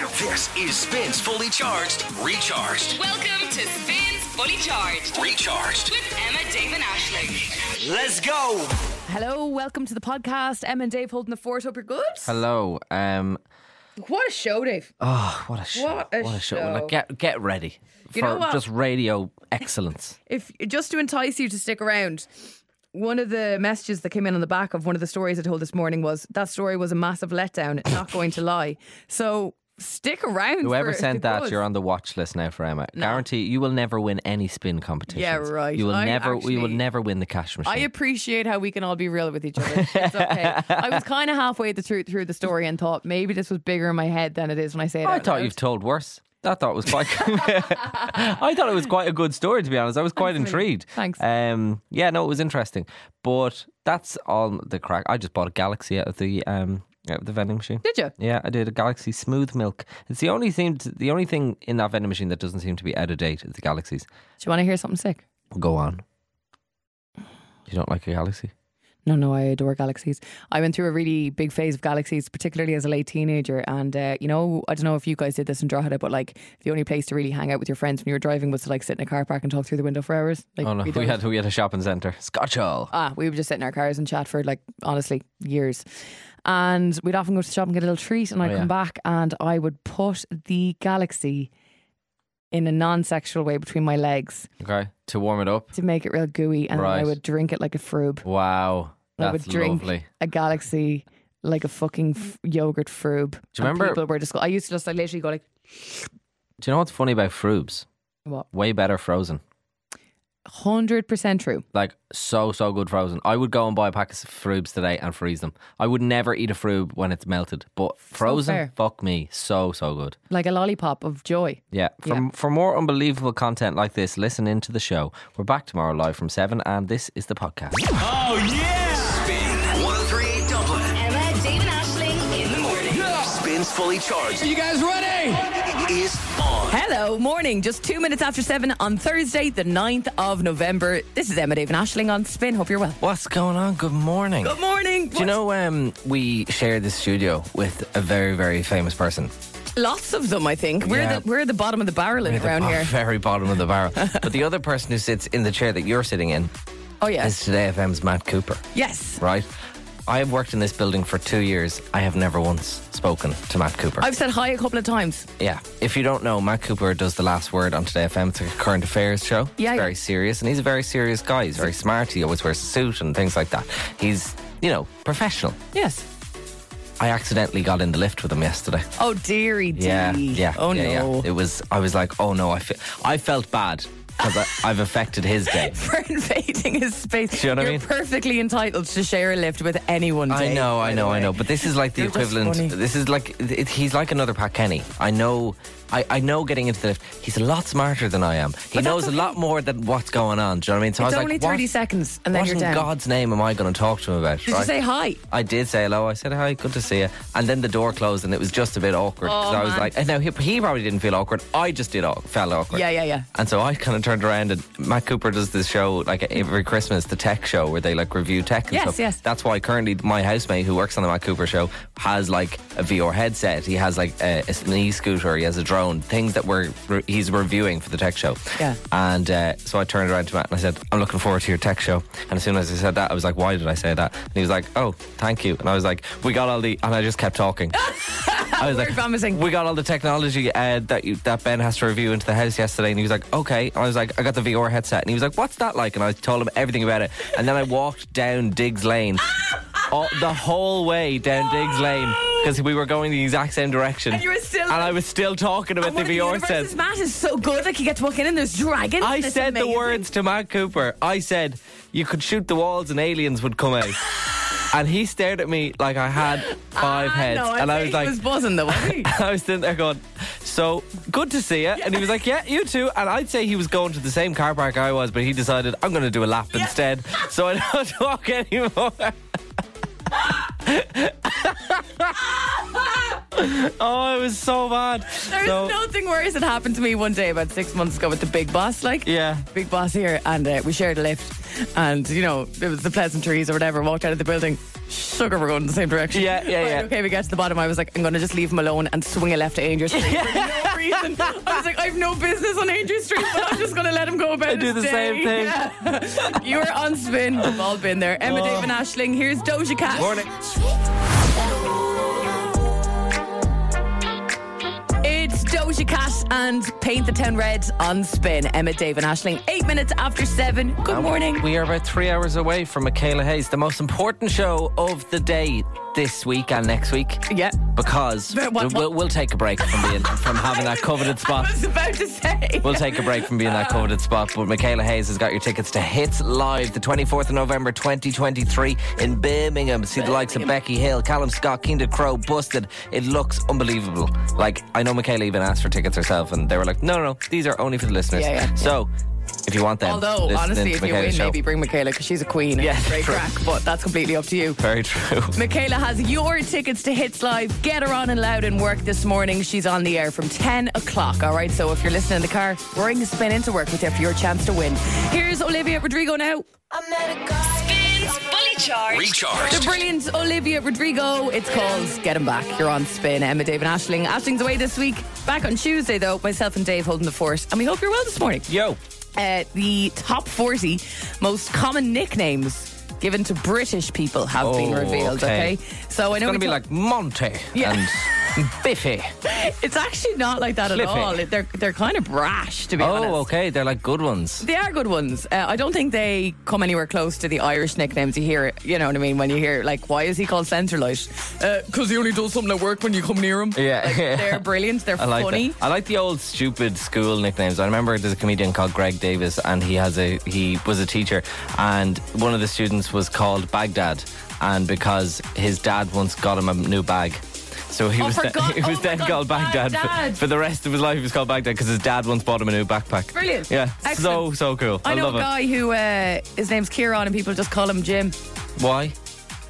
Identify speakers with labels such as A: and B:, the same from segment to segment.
A: This is Spins Fully Charged, Recharged,
B: Welcome to Spins Fully Charged
A: Recharged.
B: with Emma Damon Ashley.
A: Let's go.
C: Hello, welcome to the podcast. Em and Dave holding the fort. Hope you're good.
D: Hello. Um.
C: What a show, Dave.
D: Oh, what a show!
C: What a show.
D: Like, get get ready
C: You
D: for
C: know what?
D: just radio excellence.
C: If just to entice you to stick around, one of the messages that came in on the back of one of the stories I told this morning was that story was a massive letdown. Not going to lie. So stick around.
D: Whoever
C: for
D: sent
C: the
D: that,
C: buzz.
D: you're on the watch list now for Emma. Guarantee you will never win any spin competitions.
C: Yeah, right.
D: You will
C: I'm
D: never. you will
C: actually-
D: never win the cash machine.
C: I appreciate how we can all be real with each other. It's okay. I was kind of halfway the through, through the story and thought maybe this was bigger in my head than it is when I say it.
D: I
C: out
D: thought
C: loud.
D: you've told worse. I thought it was quite. I thought it was quite a good story, to be honest. I was quite
C: Thanks, Liam.
D: intrigued.
C: Thanks.
D: Um, yeah, no, it was interesting. But that's all the crack. I just bought a Galaxy out of the um, out of the vending machine.
C: Did you?
D: Yeah, I did a Galaxy Smooth Milk. It's the only thing. the only thing in that vending machine that doesn't seem to be out of date is the Galaxies.
C: Do you want to hear something sick?
D: Go on. You don't like a Galaxy?
C: No, no, I adore galaxies. I went through a really big phase of galaxies, particularly as a late teenager. And, uh, you know, I don't know if you guys did this in Drogheda, but like the only place to really hang out with your friends when you were driving was to like sit in a car park and talk through the window for hours. Like,
D: Oh no, we
C: don't-
D: had we had a shopping centre, Scotch Hall.
C: Ah, we would just sit in our cars and chat for like honestly years. And we'd often go to the shop and get a little treat, and I'd
D: Oh, yeah.
C: come back and I would put the galaxy in a non-sexual way between my legs
D: Okay, to warm it up.
C: to make it real gooey, and then I
D: Right.
C: would drink it like a froob.
D: Wow,
C: I would
D: that's
C: drink
D: lovely.
C: a galaxy like a fucking f- yogurt froob.
D: Do you
C: And
D: remember-
C: People were just. Go- I used to just like literally go like,
D: Do you know what's funny about Froobs?
C: what?
D: Way better frozen.
C: Hundred percent true.
D: Like so so good frozen. I would go and buy a pack of Froobs today and freeze them. I would never eat a Froob when it's melted, but frozen,
C: fair.
D: fuck me, so so good.
C: Like a lollipop of joy.
D: Yeah. For,
C: Yeah.
D: for more unbelievable content like this, listen into the show. We're back tomorrow live from 7, and this is the podcast.
A: Oh, Spin 1038 Dublin.
B: Emma Damon Ashley in the morning.
A: Spins Fully Charged. You guys ready? Is on.
C: Hello, morning. Just two minutes after seven on Thursday, the 9th of November. This is Emma Dave and Ashling on Spin. Hope you're well.
D: What's going on? Good morning.
C: Good morning.
D: Do you know um, we share this studio with a very, very famous person?
C: lots of them? I think we're
D: Yeah.
C: the we're the bottom of the barrel in around
D: the bo-
C: here.
D: Very bottom of the barrel. but the other person who sits in the chair that you're sitting in
C: Oh
D: is
C: yes,
D: Today FM's Matt Cooper,
C: yes.
D: right? I have worked in this building for two years. I have never once spoken to Matt Cooper.
C: I've said hi a couple of times.
D: Yeah. If you don't know, Matt Cooper does the last word on Today FM. It's like a current affairs show.
C: Yeah,
D: It's
C: yeah.
D: very serious, and he's a very serious guy. He's very smart. He always wears a suit and things like that. He's, you know, professional.
C: Yes.
D: I accidentally got in the lift with him yesterday.
C: Oh dearie, dee.
D: Yeah, yeah.
C: Oh
D: yeah, yeah.
C: no.
D: It was. I was like, oh no. I, fe- I felt bad because I've affected his day.
C: for invading his space.
D: Do you know what I
C: are
D: mean?
C: perfectly entitled to share a lift with anyone.
D: I
C: Dave,
D: know,
C: by
D: I
C: the
D: know, I
C: way.
D: know. But this is like the
C: You're just
D: equivalent.
C: funny.
D: This is like it, he's like another Pat Kenny. I know. I, I know getting into the lift, he's a lot smarter than I am. He
C: But that's
D: knows
C: okay.
D: a lot more than what's going on. Do you know what I mean? So
C: It's
D: I was
C: only
D: like,
C: 30
D: what,
C: seconds and then
D: what
C: you're
D: in
C: down.
D: God's name am I going to talk to him about?
C: Did you
D: right?
C: say hi?
D: I did say hello. I said hi, good to see you. And then the door closed, and it was just a bit awkward because
C: Oh,
D: I was
C: man.
D: like, and now he, he probably didn't feel awkward. I just did aw- felt awkward.
C: Yeah, yeah, yeah.
D: And so I kind of turned around, and Matt Cooper does this show like every Christmas, the tech show where they like review tech. And
C: Yes,
D: stuff.
C: yes.
D: That's why currently my housemate who works on the Matt Cooper show has like a VR headset. He has like a, an e-scooter. He has a drone. Things that we're re- he's reviewing for the tech show.
C: Yeah.
D: And uh, so I turned around to Matt and I said, "I'm looking forward to your tech show." And as soon as I said that, I was like, "Why did I say that?" And he was like, "Oh, thank you." And I was like, "We got all the," and I just kept talking. I was like,
C: promising.
D: We got all the technology uh, that you, that Ben has to review into the house yesterday, and he was like, okay. And I was like, I got the VR headset, and he was like, what's that like? And I told him everything about it, and then I walked down Diggs Lane, all, the whole way down Diggs Lane because we were going the exact same direction.
C: And you were still-
D: and I was still talking about
C: And
D: the
C: one of
D: VR
C: universes,
D: set.
C: Matt Oh, is so good. Like you get to walk in and there's dragons.
D: I
C: and it's
D: said
C: amazing.
D: the words to Matt Cooper. I said, you could shoot the walls and aliens would come out. and he stared at me like I had five
C: Ah,
D: heads.
C: no,
D: and
C: think
D: I was
C: he
D: like,
C: was buzzing though. wasn't he?
D: I was sitting there going, so good to see you. And he was like, yeah, you too. And I'd say he was going to the same car park I was, but he decided, I'm going to do a lap instead. So I don't walk anymore. Oh, it was so bad.
C: There is
D: So-
C: nothing worse that happened to me one day about six months ago with the big boss. Like,
D: Yeah.
C: big boss here, and uh, we shared a lift, and you know it was the pleasantries or whatever. Walked out of the building, sugar, we're going in the same direction.
D: Yeah, yeah,
C: Right,
D: yeah.
C: Okay, we get to the bottom. I was like, I'm going to just leave him alone and swing a left to Ainger Street for no reason. I was like, I've no business on Ainger Street, but I'm just going to let him go about.
D: I do
C: his
D: the
C: day.
D: same thing. Oh.
C: Yeah. you were on spin. We've all been there. Emma, Dave, and Ashling. Here's Doja Cat.
D: Morning.
C: It's Doja Cat and Paint the Town Red on Spin. Emma, Dave, and Ashling. Eight minutes after seven. Good
D: And
C: morning.
D: We are about three hours away from Michaela Hayes, the most important show of the day this week and next week.
C: Yeah.
D: Because
C: But what-
D: we'll, we'll take a break from being from having that coveted spot.
C: I was about to say.
D: We'll take a break from being that coveted spot, but Michaela Hayes has got your tickets to Hits Live the 24th of November 2023 in Birmingham. See the likes of Becky Hill, Callum Scott, King of Crow, Busted. It looks unbelievable. Like, I know Michaela even asked for tickets herself, and they were like, no, no, no, these are only for the listeners.
C: Yeah, yeah.
D: So, if you want them,
C: Although,
D: listen
C: honestly,
D: in to
C: if you
D: Michaela's
C: win,
D: show.
C: maybe bring Michaela because she's a queen and
D: Yeah,
C: a great
D: true.
C: crack, but that's completely up to you.
D: Very true.
C: Michaela has your tickets to Hits Live. Get her on and loud and work this morning. She's on the air from 10 o'clock. All right, so if you're listening in the car, bring Spin into work with you for your chance to win. Here's Olivia Rodrigo now.
B: Spins Fully Charged.
C: The
A: Recharged.
C: brilliant Olivia Rodrigo. It's called Get Him Back. You're on spin. Emma, Dave, and Ashling. Ashling's away this week. Back on Tuesday, though, myself and Dave holding the fort. And we hope you're well this morning.
D: Yo.
C: Uh, the top 40 most common nicknames given to British people have been
D: Oh,
C: revealed, okay?
D: okay.
C: So I know
D: It's going to
C: we
D: be
C: talk-
D: like Monte
C: Yeah.
D: and Biffy.
C: it's actually not like that at
D: Cliffy.
C: all. They're, they're kind of brash, to be honest.
D: Oh, okay. They're like good ones.
C: They are good ones. Uh, I don't think they come anywhere close to the Irish nicknames you hear. You know what I mean? When you hear, like, why is he called Centralite? Because Uh, he only does something at work when you come near him.
D: Yeah.
C: Like, they're brilliant. They're
D: I like
C: funny.
D: that. I like the old stupid school nicknames. I remember there's a comedian called Greg Davis, and he has a he was a teacher, and one of the students was called Baghdad, and because his dad once got him a new bag. So he
C: Oh,
D: was
C: for
D: then,
C: God-
D: he
C: oh
D: was
C: my
D: then
C: God,
D: called Baghdad,
C: Baghdad.
D: For, for the rest of his life. He was called Baghdad because his dad once bought him a new backpack.
C: Brilliant.
D: Yeah, so
C: Excellent.
D: so cool. I,
C: I know
D: love
C: a guy who uh, his name's Kieran, and people just call him Jim.
D: it. Why?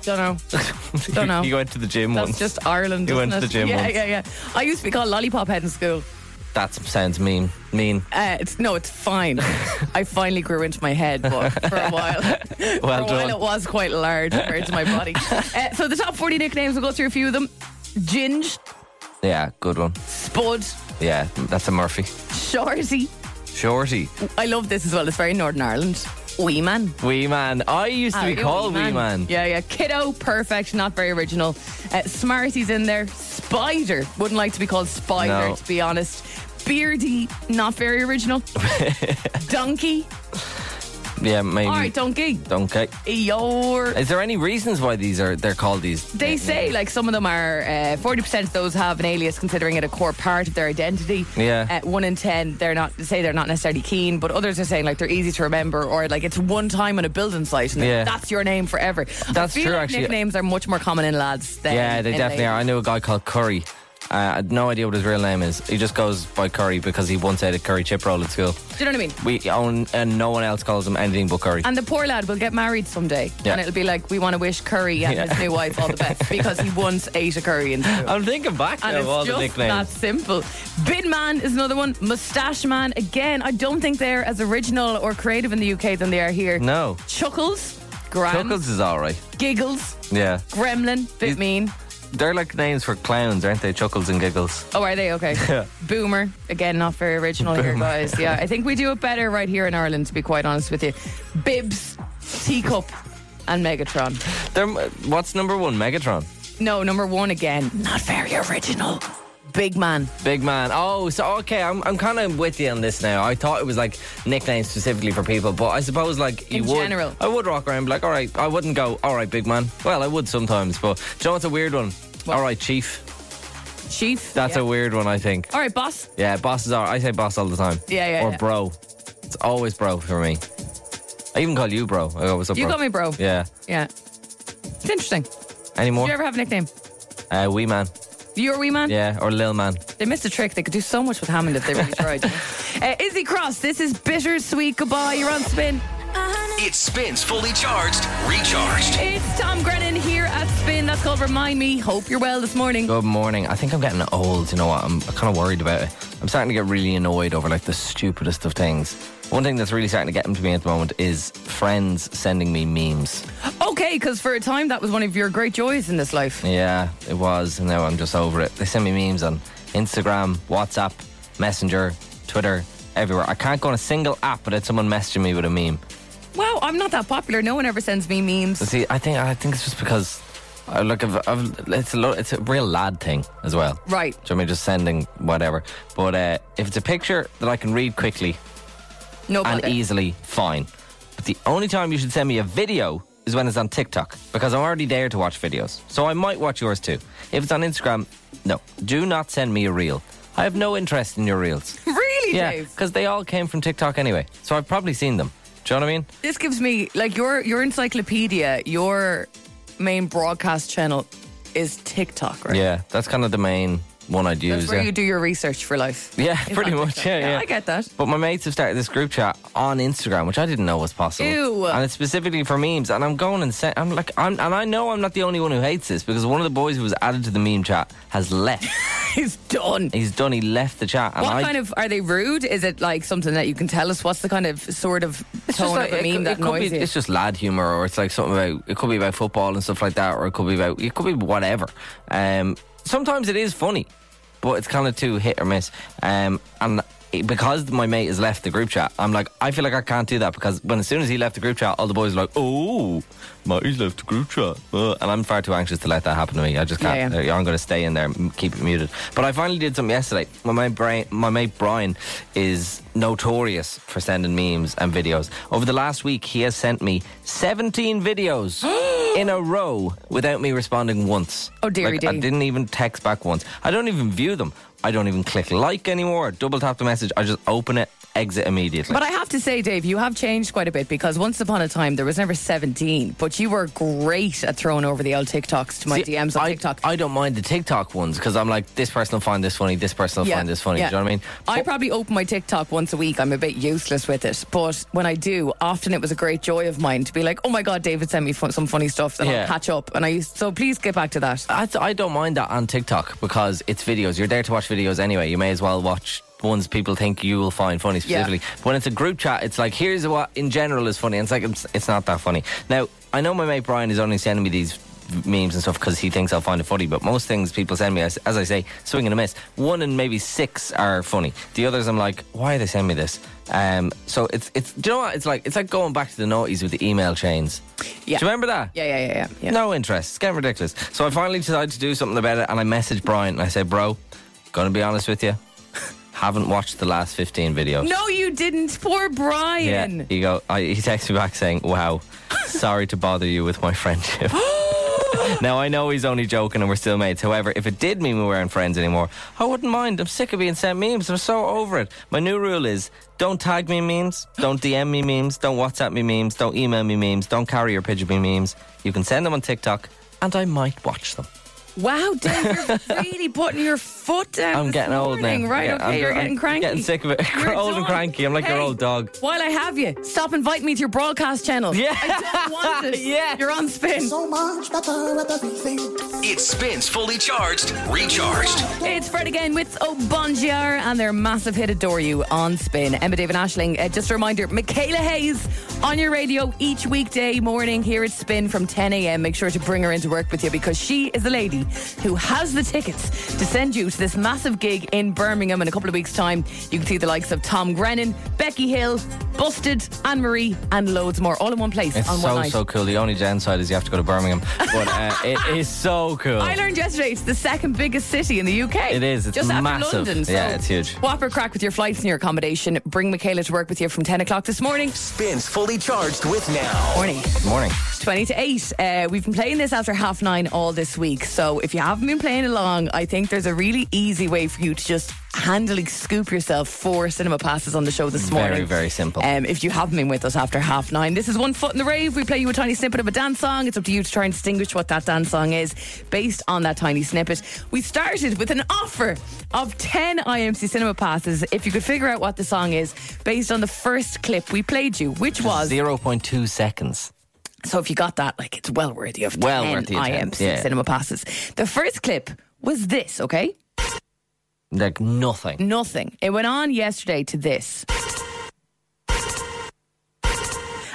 C: Don't know. Don't know.
D: He went to the gym
C: That's
D: once.
C: just Ireland.
D: He
C: isn't
D: went to
C: it?
D: the gym
C: Yeah,
D: once.
C: yeah, yeah. I used to be called Lollipop Head in school.
D: That sounds mean. Mean.
C: Uh, it's no, it's fine. I finally grew into my head, but for a while, for a while
D: Well done.
C: it was quite large compared to my body. Uh, so the top forty nicknames. We'll go through a few of them. Ginge,
D: Yeah, good one.
C: Spud,
D: Yeah, that's a Murphy.
C: Shorty.
D: Shorty.
C: I love this as well. It's very Northern Ireland. Wee man.
D: Wee man. I used to be
C: Uh,
D: called Wee Man.
C: oh, Yeah, yeah. Kiddo, perfect. Not very original. Uh, Smarty's in there. Spider. Wouldn't like to be called Spider,
D: No.
C: to be honest. Beardy, not very original. donkey.
D: Yeah, maybe.
C: All right, donkey.
D: Okay.
C: Eeyore.
D: Is there any reasons why these are they're called these?
C: They say like some of them are uh, forty percent of those have an alias, considering it a core part of their identity.
D: Yeah.
C: Uh, one in ten, they're not say they're not necessarily keen, but others are saying like they're easy to remember, or like it's one time on a building site, and
D: Yeah.
C: that's your name forever.
D: That's
C: I feel
D: true,
C: Like
D: actually.
C: nicknames are much more common in lads. Than
D: Yeah, they
C: in
D: definitely are.
C: ladies.
D: I knew a guy called Curry. Uh, I had no idea what his real name is. He just goes by Curry because he once ate a curry chip roll at school.
C: Do you know what I mean?
D: We own and no one else calls him anything but Curry.
C: And the poor lad will get married someday,
D: Yeah.
C: and it'll be like we want to wish Curry and
D: Yeah.
C: his new wife all the best because he once ate a curry in school.
D: I'm thinking back
C: And
D: now
C: it's
D: of all
C: just
D: the
C: that
D: nicknames.
C: simple. Bin Man is another one. Mustache Man, again, I don't think they're as original or creative in the UK than they are here.
D: No,
C: Chuckles, Grand,
D: Chuckles is all right.
C: Giggles,
D: Yeah,
C: Gremlin, bit
D: Is-
C: mean.
D: they're like names for clowns, aren't they? Chuckles and giggles.
C: Oh, are they? Okay.
D: Yeah.
C: Boomer, again, not very original here, guys. Yeah, I think we do it better right here in Ireland, to be quite honest with you. Bibs, Teacup, and Megatron.
D: They're, what's number one? Megatron.
C: No, number one again, not very original. Big Man.
D: Big man. Oh, so okay. I'm, I'm kind of with you on this now. I thought it was like nicknames specifically for people, but I suppose like you
C: In
D: would.
C: general.
D: I would rock around and be like, all right. I wouldn't go, all right, big man. Well, I would sometimes, but do you know what's a weird one?
C: What?
D: All right, chief.
C: Chief.
D: That's
C: yeah.
D: a weird one, I think.
C: All right, boss.
D: Yeah, bosses are. I say boss all the time.
C: Yeah, yeah,
D: Or
C: yeah.
D: bro. It's always bro for me. I even call you bro. I go, what's up,
C: You
D: bro?
C: got me, bro.
D: Yeah.
C: Yeah. It's interesting.
D: Any
C: Did you
D: more?
C: ever have a nickname?
D: Uh, wee man.
C: You're a wee man?
D: Yeah, or lil man.
C: They missed a trick. They could do so much with Hammond if they really tried. uh, Izzy Cross, this is Bittersweet Goodbye. You're on spin.
E: I
A: It spins fully charged, recharged.
C: It's Tom Grennan here at Spin. That's called Remind Me. Hope you're well this morning.
D: Good morning. I think I'm getting old. You know what? I'm kind of worried about it. I'm starting to get really annoyed over like the stupidest of things. One thing that's really starting to get into me at the moment is friends sending me memes.
C: Okay, because for a time that was one of your great joys in this life.
D: Yeah, it was, and now I'm just over it. They send me memes on Instagram, WhatsApp, Messenger, Twitter, everywhere. I can't go on a single app without someone messaging me with a meme.
C: Wow, I'm not that popular. No one ever sends me memes.
D: See, I think I think it's just because, I look, I've, I've, it's a lo- it's a real lad thing as well.
C: Right.
D: Do you know what I mean just sending whatever? But uh, if it's a picture that I can read quickly
C: No
D: and
C: bother.
D: easily, fine. But the only time you should send me a video is when it's on TikTok because I'm already there to watch videos. So I might watch yours too. If it's on Instagram, no. Do not send me a reel. I have no interest in your reels.
C: Really,
D: yeah,
C: Dave?
D: because they all came from TikTok anyway. So I've probably seen them. Do you know what I mean?
C: This gives me like your your encyclopedia, your main broadcast channel is TikTok, right?
D: Yeah, that's kind of the main one I'd use.
C: That's where
D: yeah.
C: you do your research for life.
D: Yeah,
C: It's
D: pretty
C: on
D: much.
C: TikTok.
D: Yeah, yeah.
C: I get that.
D: But my mates have started this group chat on Instagram, which I didn't know was possible.
C: Ew.
D: And it's specifically for memes. And I'm going and sent, I'm like, I'm, and I know I'm not the only one who hates this because one of the boys who was added to the meme chat has left.
C: It's done.
D: He's done. He left the chat. And
C: What
D: I,
C: kind of are they rude? Is it like something that you can tell us? What's the kind of sort of
D: It's just
C: tone
D: like-
C: of a
D: it
C: meme
D: could-
C: that
D: it could
C: annoys
D: be-
C: you?
D: It's just lad humor, or it's like something about it could be about football and stuff like that, or it could be about it could be whatever. Um, sometimes it is funny, but it's kind of too hit or miss. Um, and it- because my mate has left the group chat, I'm like, I feel like I can't do that because when as soon as he left the group chat, all the boys are like, oh, Marty's left the group chat, uh," and I'm far too anxious to let that happen to me. I just can't.
C: Yeah, yeah.
D: uh, I'm going to stay in there, and keep it muted. But I finally did something yesterday. My mate Brian, my mate Brian, is notorious for sending memes and videos. Over the last week, he has sent me 17 videos in a row without me responding once.
C: Oh, dearie
D: Like,
C: dee.
D: I didn't even text back once. I don't even view them. I don't even click like anymore. Double tap the message. I just open it, exit immediately.
C: But I have to say, Dave, you have changed quite a bit because once upon a time there was never 17, but you were great at throwing over the old TikToks to my
D: See,
C: DMs on
D: I,
C: TikTok.
D: I don't mind the TikTok ones because I'm like, this person will find this funny, this person will find this funny. Do you know what I mean?
C: I
D: But-
C: probably open my TikTok once a week. I'm a bit useless with it, but when I do, often it was a great joy of mine to be like, "Oh my god, David sent me fun- some funny stuff," and
D: Yeah.
C: I'll catch up. And I used so please get back to that.
D: I, I don't mind that on TikTok because it's videos. You're there to watch videos anyway. You may as well watch ones people think you will find funny specifically. But when it's a group chat, it's like, here's what in general is funny. And it's like, it's, it's not that funny. Now, I know my mate Brian is only sending me these memes and stuff because he thinks I'll find it funny, but most things people send me, as, as I say, swing and a miss. One in maybe six are funny. The others, I'm like, why are they sending me this? Um, so it's, it's, do you know what? It's like, it's like going back to the noughties with the email chains.
C: Yeah.
D: Do you remember that?
C: Yeah, yeah, yeah, yeah. yeah.
D: No interest. It's getting ridiculous. So I finally decided to do something about it, and I messaged Brian and I said, "Bro, gonna be honest with you, haven't watched the last fifteen videos."
C: No, you didn't. Poor
D: Yeah.
C: Brian.
D: He go. I, he texted me back saying, "Wow, sorry to bother you with my friendship." now I know he's only joking and we're still mates. However, if it did mean we weren't friends anymore, I wouldn't mind. I'm sick of being sent memes. I'm so over it. My new rule is don't tag me in memes, don't DM me memes, don't WhatsApp me memes, don't email me memes, don't carry or pigeon me memes. You can send them on TikTok, and I might watch them.
C: Wow, Dave, you're really putting your foot down.
D: I'm
C: this
D: getting old
C: morning.
D: now.
C: Right,
D: Yeah,
C: okay,
D: I'm-
C: you're
D: I'm
C: getting cranky.
D: getting sick of it.
C: You're
D: Old and
C: done.
D: cranky. I'm like your
C: Hey,
D: old dog.
C: While I have you, stop inviting me to your broadcast channel.
D: Yeah.
C: I don't want it.
D: Yes.
C: You're on spin.
E: so much better at everything.
A: It spins fully charged, recharged.
C: It's Fred again with Oh Bonjour and their massive hit Adore You on Spin. Emma David Ashling, uh, just a reminder, Michaela Hayes on your radio each weekday morning here at Spin from 10 a.m. Make sure to bring her into work with you because she is the lady who has the tickets to send you to this massive gig in Birmingham in a couple of weeks' time. You can see the likes of Tom Grennan, Becky Hill, Busted, Anne Marie, and loads more all in one place
D: It's
C: on one
D: so
C: night.
D: so cool. The only downside is you have to go to Birmingham, but uh, it is so cool.
C: I learned yesterday it's the second biggest city in the UK.
D: It is. It's
C: just
D: massive.
C: after London. So
D: Yeah, it's huge.
C: Whopper crack with your flights and your accommodation. Bring Michaela to work with you from ten o'clock this morning.
A: Spins fully charged with now.
C: Morning,
D: Good morning.
C: twenty to eight. Uh, we've been playing this after half nine all this week. So if you haven't been playing along, I think there's a really easy way for you to just handily scoop yourself four cinema passes on the show this
D: Very,
C: morning.
D: very simple.
C: Um, if you haven't been with us after half nine, this is One Foot in the Rave. We play you a tiny snippet of a dance song. It's up to you to try and distinguish what that dance song is based on that tiny snippet. We started with an offer of 10 IMC cinema passes if you could figure out what the song is based on the first clip we played you, which was.
D: 0.2 seconds.
C: So if you got that, like it's well worthy of
D: Well
C: 10
D: worthy of 10,
C: IMC
D: yeah.
C: cinema passes. The first clip was this, okay?
D: Like nothing.
C: Nothing. It went on yesterday to this.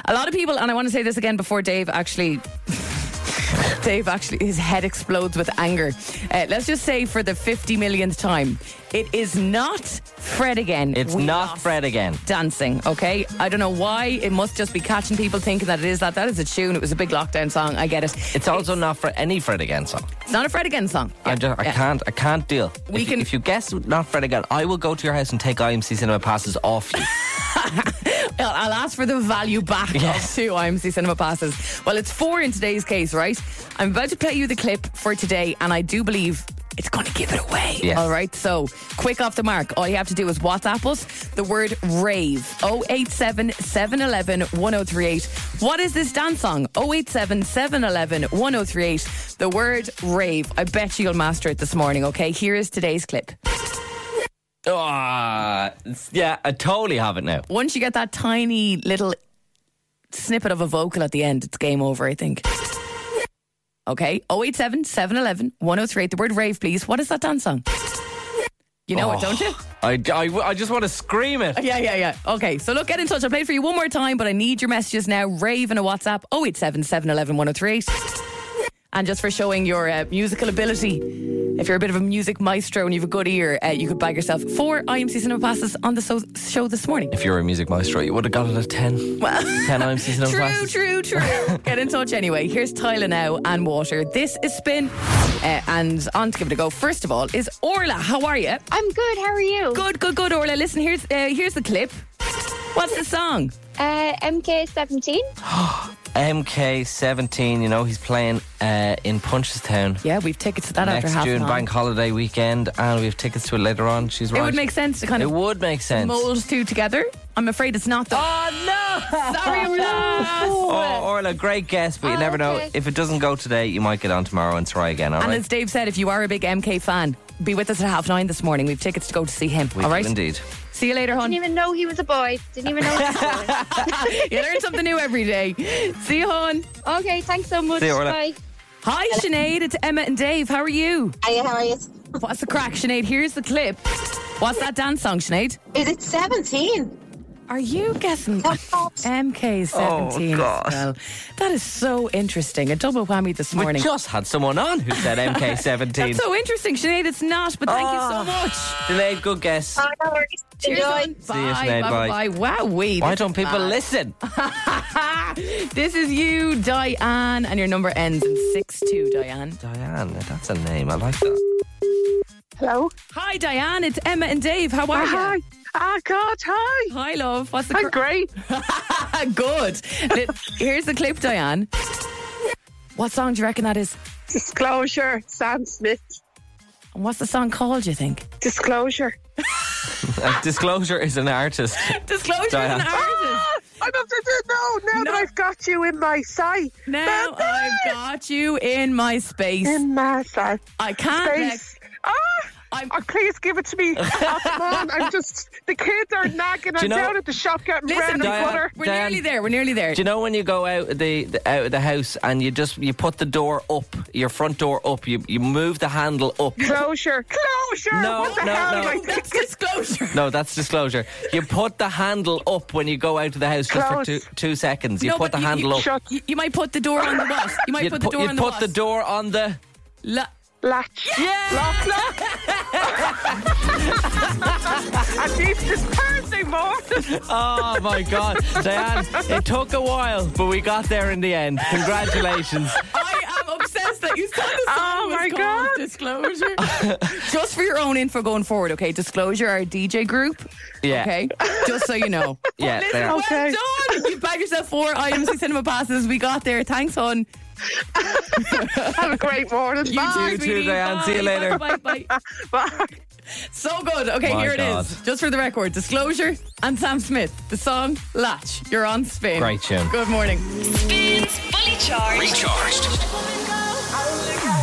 C: A lot of people, and I want to say this again before Dave actually. Dave actually, his head explodes with anger. Uh, let's just say for the 50 millionth time, it is not Fred again.
D: It's
C: We
D: not
C: lost
D: Fred again.
C: dancing. Okay, I don't know why it must just be catching people thinking that it is that. That is a tune. It was a big lockdown song. I get it.
D: It's also not for any Fred again song.
C: It's not a Fred again song.
D: I, just, I
C: Yeah.
D: can't. I can't deal.
C: We
D: if,
C: can-
D: if you guess not Fred again, I will go to your house and take IMC cinema passes off you.
C: I'll, I'll ask for the value back
D: Yes.
C: of two IMC cinema passes. Well, it's four in today's case, right? I'm about to play you the clip for today, and I do believe it's going to give it away.
D: Yes.
C: All right, so quick off the mark. All you have to do is WhatsApp us the word rave 087 711 1038. What is this dance song? 087 711 1038. The word rave. I bet you'll master it this morning, okay? Here is today's clip.
D: Ah, it's- yeah, I totally have it now.
C: once you get that tiny little snippet of a vocal at the end, it's game over, I think. Okay, 087 711 1038. The word rave, please. What is that dance song? You know it, don't you?
D: I, I, I just want to scream it.
C: Yeah, yeah, yeah. Okay, so look, get in touch. I'll play it for you one more time, but I need your messages now. Rave in a WhatsApp 087 711 1038. And just for showing your uh, musical ability, if you're a bit of a music maestro and you have a good ear, uh, you could bag yourself four IMC Cinema Passes on the so- show this morning.
D: If you were a music maestro, you would have got it at 10. Well, 10 IMC cinema
C: True,
D: passes.
C: true, true. Get in touch anyway. Here's Tyler now and water. This is spin, uh, and on to give it a go. First of all, is Orla. How are you?
F: I'm good. How are you?
C: Good, good, good. Orla, listen. Here's uh, here's the clip. What's the song?
F: Uh, MK17.
D: MK17, you know, he's playing uh, in Punchestown.
C: Yeah, we've tickets to that after
D: Next
C: half
D: June
C: nine.
D: bank holiday weekend, and we have tickets to it later on. She's right.
C: It would make sense to kind
D: It
C: of
D: would make sense.
C: mold two together. I'm afraid it's not though.
D: Oh no!
C: Sorry, Orla.
D: Oh, Orla, great guess, but you
F: Oh,
D: never know.
F: okay.
D: If it doesn't go today, you might get on tomorrow and try again. All
C: And
D: right.
C: as Dave said, if you are a big MK fan, be with us at half nine this morning. We've tickets to go to see him.
D: we
C: all
D: do
C: right.
D: indeed.
C: See you later, hon.
F: Didn't even know he was a boy. Didn't even know he was a
C: you learn something new every day. See you, hon.
F: boy. Okay, thanks so much.
D: See you, Orla.
F: Bye.
C: Hi, Sinead. It's Emma and Dave. How are you?
G: Hiya, how are you?
C: What's the crack, Sinead? Here's the clip. What's that dance song, Sinead?
G: Is it 17?
C: Are you guessing
G: Oh,
C: MK17?
D: Oh, God.
C: as well? That is so interesting. A double whammy this
D: We
C: morning.
D: just had someone on who said MK17.
C: That's so interesting, Sinead. It's not, but thank you so much.
D: Sinead, good guess.
C: Uh,
G: no worries.
C: Cheers
G: Enjoy.
C: on.
D: See Ah. you,
C: Bye,
D: Sinead.
C: bye, bye.
D: Bye.
C: Wow, we.
D: Why don't people listen?
C: This is you, Diane, and your number ends in six two, Diane.
D: Diane, that's a name. I like that.
H: Hello.
C: Hi, Diane. It's Emma and Dave. How are
H: Hi.
C: you?
H: Oh God. Hi.
C: Hi, love. What's the cra-
H: I'm great.
C: Good. Li- Here's the clip, Diane. What song do you reckon that is?
H: Disclosure. Sam Smith.
C: And what's the song called, do you think?
H: Disclosure.
D: Uh, Disclosure is an artist.
C: Disclosure
D: Diane.
C: is an artist.
H: Ah, I'm up to no. Now
C: No.
H: that I've got you in my sight.
C: Now
H: That's
C: I've
H: it.
C: got you in my space.
H: in my sight.
C: I can't. let-
H: Face. Ah.
C: I'm-
H: Oh, please give it to me. oh, come on. I'm just. The kids are nagging.
D: you
H: I'm
D: know-
H: down at the shop getting bread
C: Listen,
H: and
D: Diane-
H: butter.
C: we're
D: Diane.
C: nearly there. We're nearly there.
D: Do you know when you go out of the, the out of the house and you just you put the door up, your front door up, you you move the handle up.
H: Closure. Closure.
D: No,
H: what the
D: no,
H: hell
D: no.
H: am I thinking?
C: That's disclosure.
D: No, that's disclosure. You put the handle up when you go out of the house just for
H: Close.
D: two, two seconds. You
C: No,
D: put the
C: but you-
D: handle
C: you-
D: up.
H: Shut.
C: You, you might put the door on the bus. You might
D: You'd
C: put the
D: pu-
C: door
D: you'd
C: on the
D: put
C: bus.
D: the door on the.
C: La-
H: Latch. Lock, lock. and this is Thursday morning.
D: Oh my God, Diane! It took a while, but we got there in the end. Congratulations!
C: I am obsessed that you said the song
H: Oh,
C: was
H: my
C: called
H: God.
C: Disclosure. Just for your own info going forward, okay? Disclosure, our DJ group.
D: Yeah.
C: Okay. Just so you know.
D: Yeah,
C: Listen,
D: there.
C: well
H: Okay.
C: done. You bagged yourself four IMC cinema passes. We got there. Thanks, hon.
H: Have a great morning.
C: You
H: Bye.
D: too,
C: sweetie.
D: Diane. See you
C: Bye,
D: later.
C: Bye, bye, bye.
H: Bye.
C: So good. Okay,
D: My
C: here it is.
D: God.
C: Just for the record, Disclosure and Sam Smith. The song Latch. You're on Spin.
D: Great tune.
C: Good morning.
B: Spins Fully Charged.
A: Recharged.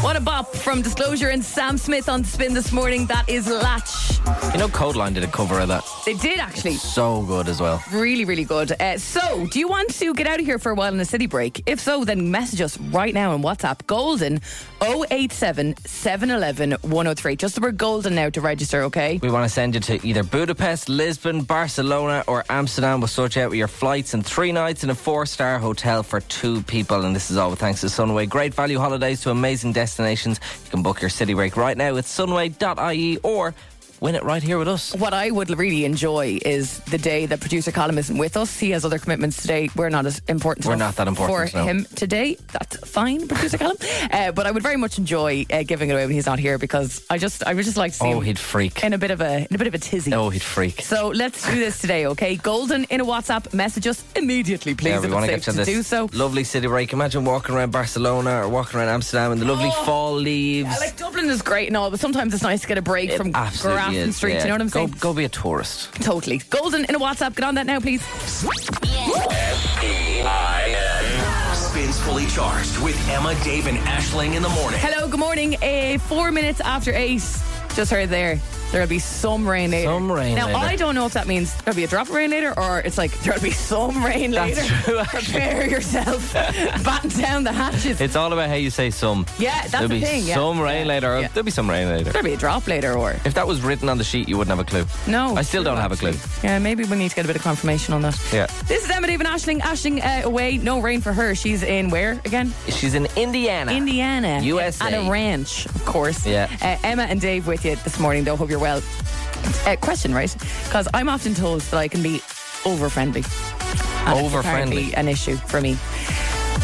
C: What a bop from Disclosure and Sam Smith on Spin this morning. That is Latch.
D: You know, Codeline did a cover of that.
C: They did actually.
D: So good as well.
C: Really, really good. Uh, so, do you want to get out of here for a while in a city break? If so, then message us right now on WhatsApp Golden 087 711 103. Just the word Golden now to register, okay?
D: We want to send you to either Budapest, Lisbon, Barcelona, or Amsterdam. We'll sort you out with your flights and three nights in a four star hotel for two people. And this is all with thanks to Sunway. Great value holidays to amazing destinations. You can book your city break right now at sunway.ie or win it right here with us.
C: What I would really enjoy is the day that producer Colin isn't with us. He has other commitments today. We're not as important.
D: We're
C: enough
D: not that important,
C: for
D: no.
C: him today. That's fine, producer Colin. Uh, but I would very much enjoy uh, giving it away when he's not here because I just, I would just like to see
D: Oh,
C: him
D: he'd freak.
C: in a bit of a, in a bit of a tizzy.
D: Oh, he'd freak.
C: So let's do this today, okay? Golden in a WhatsApp message us immediately, please.
D: Yeah,
C: if
D: we
C: it's
D: want to
C: safe
D: get you
C: to
D: this
C: do so.
D: lovely city break. Imagine walking around Barcelona or walking around Amsterdam in the lovely
C: Oh.
D: fall leaves.
C: Yeah, like Dublin is great and all, but sometimes it's nice to get a break
D: It
C: from
D: absolutely
C: Grafton
D: is,
C: Street.
D: yeah.
C: You know what I'm
D: Go-
C: saying?
D: Go be a tourist.
C: Totally. Golden in a WhatsApp. Get on that now, please.
A: E-I-N. Spins Fully Charged with Emma, Dave, and Ashling in the morning.
C: Hello, good morning. Uh, four minutes after eight. Just heard there. There'll be some rain later.
D: Some rain
C: Now,
D: later.
C: I don't know if that means there'll be a drop of rain later or it's like there'll be some rain later. Prepare yourself. Batten down the hatches.
D: It's all about how you say some.
C: Yeah, that's
D: There'll
C: the
D: be
C: thing, yeah.
D: some rain
C: Yeah,
D: later. or
C: yeah.
D: There'll be some rain later.
C: there'll be a drop later or.
D: If that was written on the sheet, you wouldn't have a clue.
C: No.
D: I still
C: true,
D: don't have a clue.
C: actually. Yeah, maybe we need to get a bit of confirmation on that.
D: Yeah.
C: This is Emma Dave and Ashling. Ashling uh, away. No rain for her. She's in where again?
D: She's in Indiana.
C: Indiana.
D: USA.
C: At a ranch, of course.
D: Yeah.
C: Uh, Emma and Dave with you this morning, though. Hope you're well. Uh, question, right? Because I'm often told that I can be over friendly.
D: Over friendly.
C: An issue for me.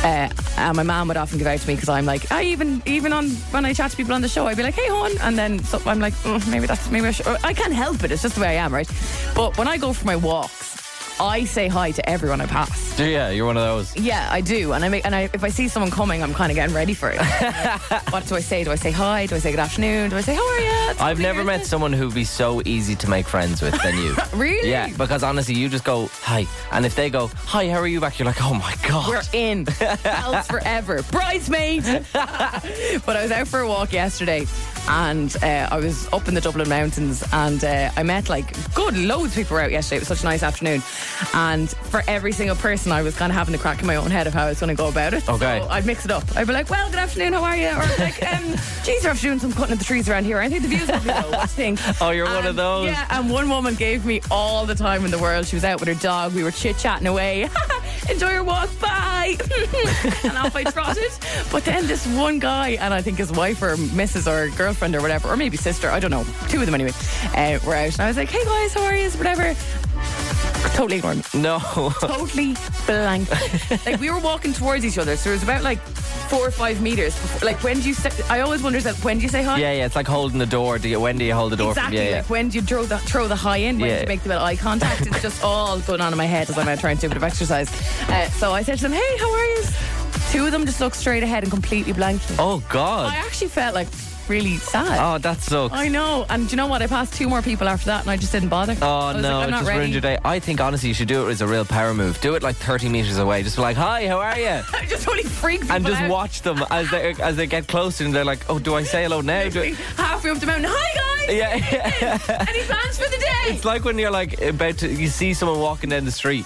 C: Uh, and my mom would often give out to me because I'm like, I even even on when I chat to people on the show, I'd be like, hey hon, and then so I'm like, "Mm, maybe that's maybe I, should, I can't help it. It's just the way I am, right? But when I go for my walks, I say hi to everyone I pass.
D: Yeah, you're one of those.
C: Yeah, I do, and I make, and I, if I see someone coming, I'm kind of getting ready for it. what do I say? Do I say hi? Do I say good afternoon? Do I say how are you? It's
D: I've
C: lovely,
D: never
C: isn't
D: met
C: it?"
D: someone who'd be so easy to make friends with than you.
C: Really?
D: Yeah, because honestly, you just go hi, and if they go hi, how are you back? You're like, oh my god.
C: We're in. Pals forever. Bridesmaid. but I was out for a walk yesterday and uh, I was up in the Dublin Mountains and uh, I met like good loads of people were out yesterday. It was such a nice afternoon. And for every single person, I was kind of having a crack in my own head of how I was going to go about it.
D: Okay.
C: So I'd mix it up. I'd be like, well, good afternoon, how are you? Or like, um, geez, you're afternoon, some cutting of the trees around here. I think the views will be low. What do you think?
D: Oh, you're one of
C: And,
D: those.
C: Um, Yeah, and one woman gave me all the time in the world. She was out with her dog. We were chit chatting away. Enjoy your walk. Bye. and off I trotted. But then this one guy, and I think his wife or missus or girlfriend or whatever, or maybe sister, I don't know, two of them anyway, uh, were out. And I was like, hey guys, how are you? Whatever. Totally ignored me.
D: no.
C: Totally blank. like we were walking towards each other, so it was about like four or five meters. Before, like when do you? Say, I always wonder, is that when do you say hi?
D: yeah, yeah. It's like holding the door. Do you, when do you hold the door?
C: Exactly.
D: From, yeah, yeah.
C: Like when do you throw the throw the high in? When do
D: Yeah.
C: you make the bit of eye contact? It's just all going on in my head as I'm out trying to do a bit of exercise. Uh, so I said to them, "Hey, how are you?" Two of them just looked straight ahead and completely blanked. me.
D: oh
C: I
D: god.
C: actually felt like really sad.
D: Oh, that sucks.
C: I know. And do you know what? I passed two more people after that, and I just didn't bother.
D: Oh
C: I was
D: no,
C: like, I'm
D: it
C: not
D: just
C: ready.
D: ruined your day. I think honestly, you should do it as a real power move. Do it like 30 meters away. Just be like, "Hi, how are you?"
C: I just only freaked people
D: and just
C: out.
D: watch them as they as they get closer, and they're like, "Oh, do I say hello now?" Do I-"
C: Literally halfway up the mountain. Hi guys.
D: Yeah, yeah.
C: Any plans for the day?
D: It's like when you're like about to, you see someone walking down the street.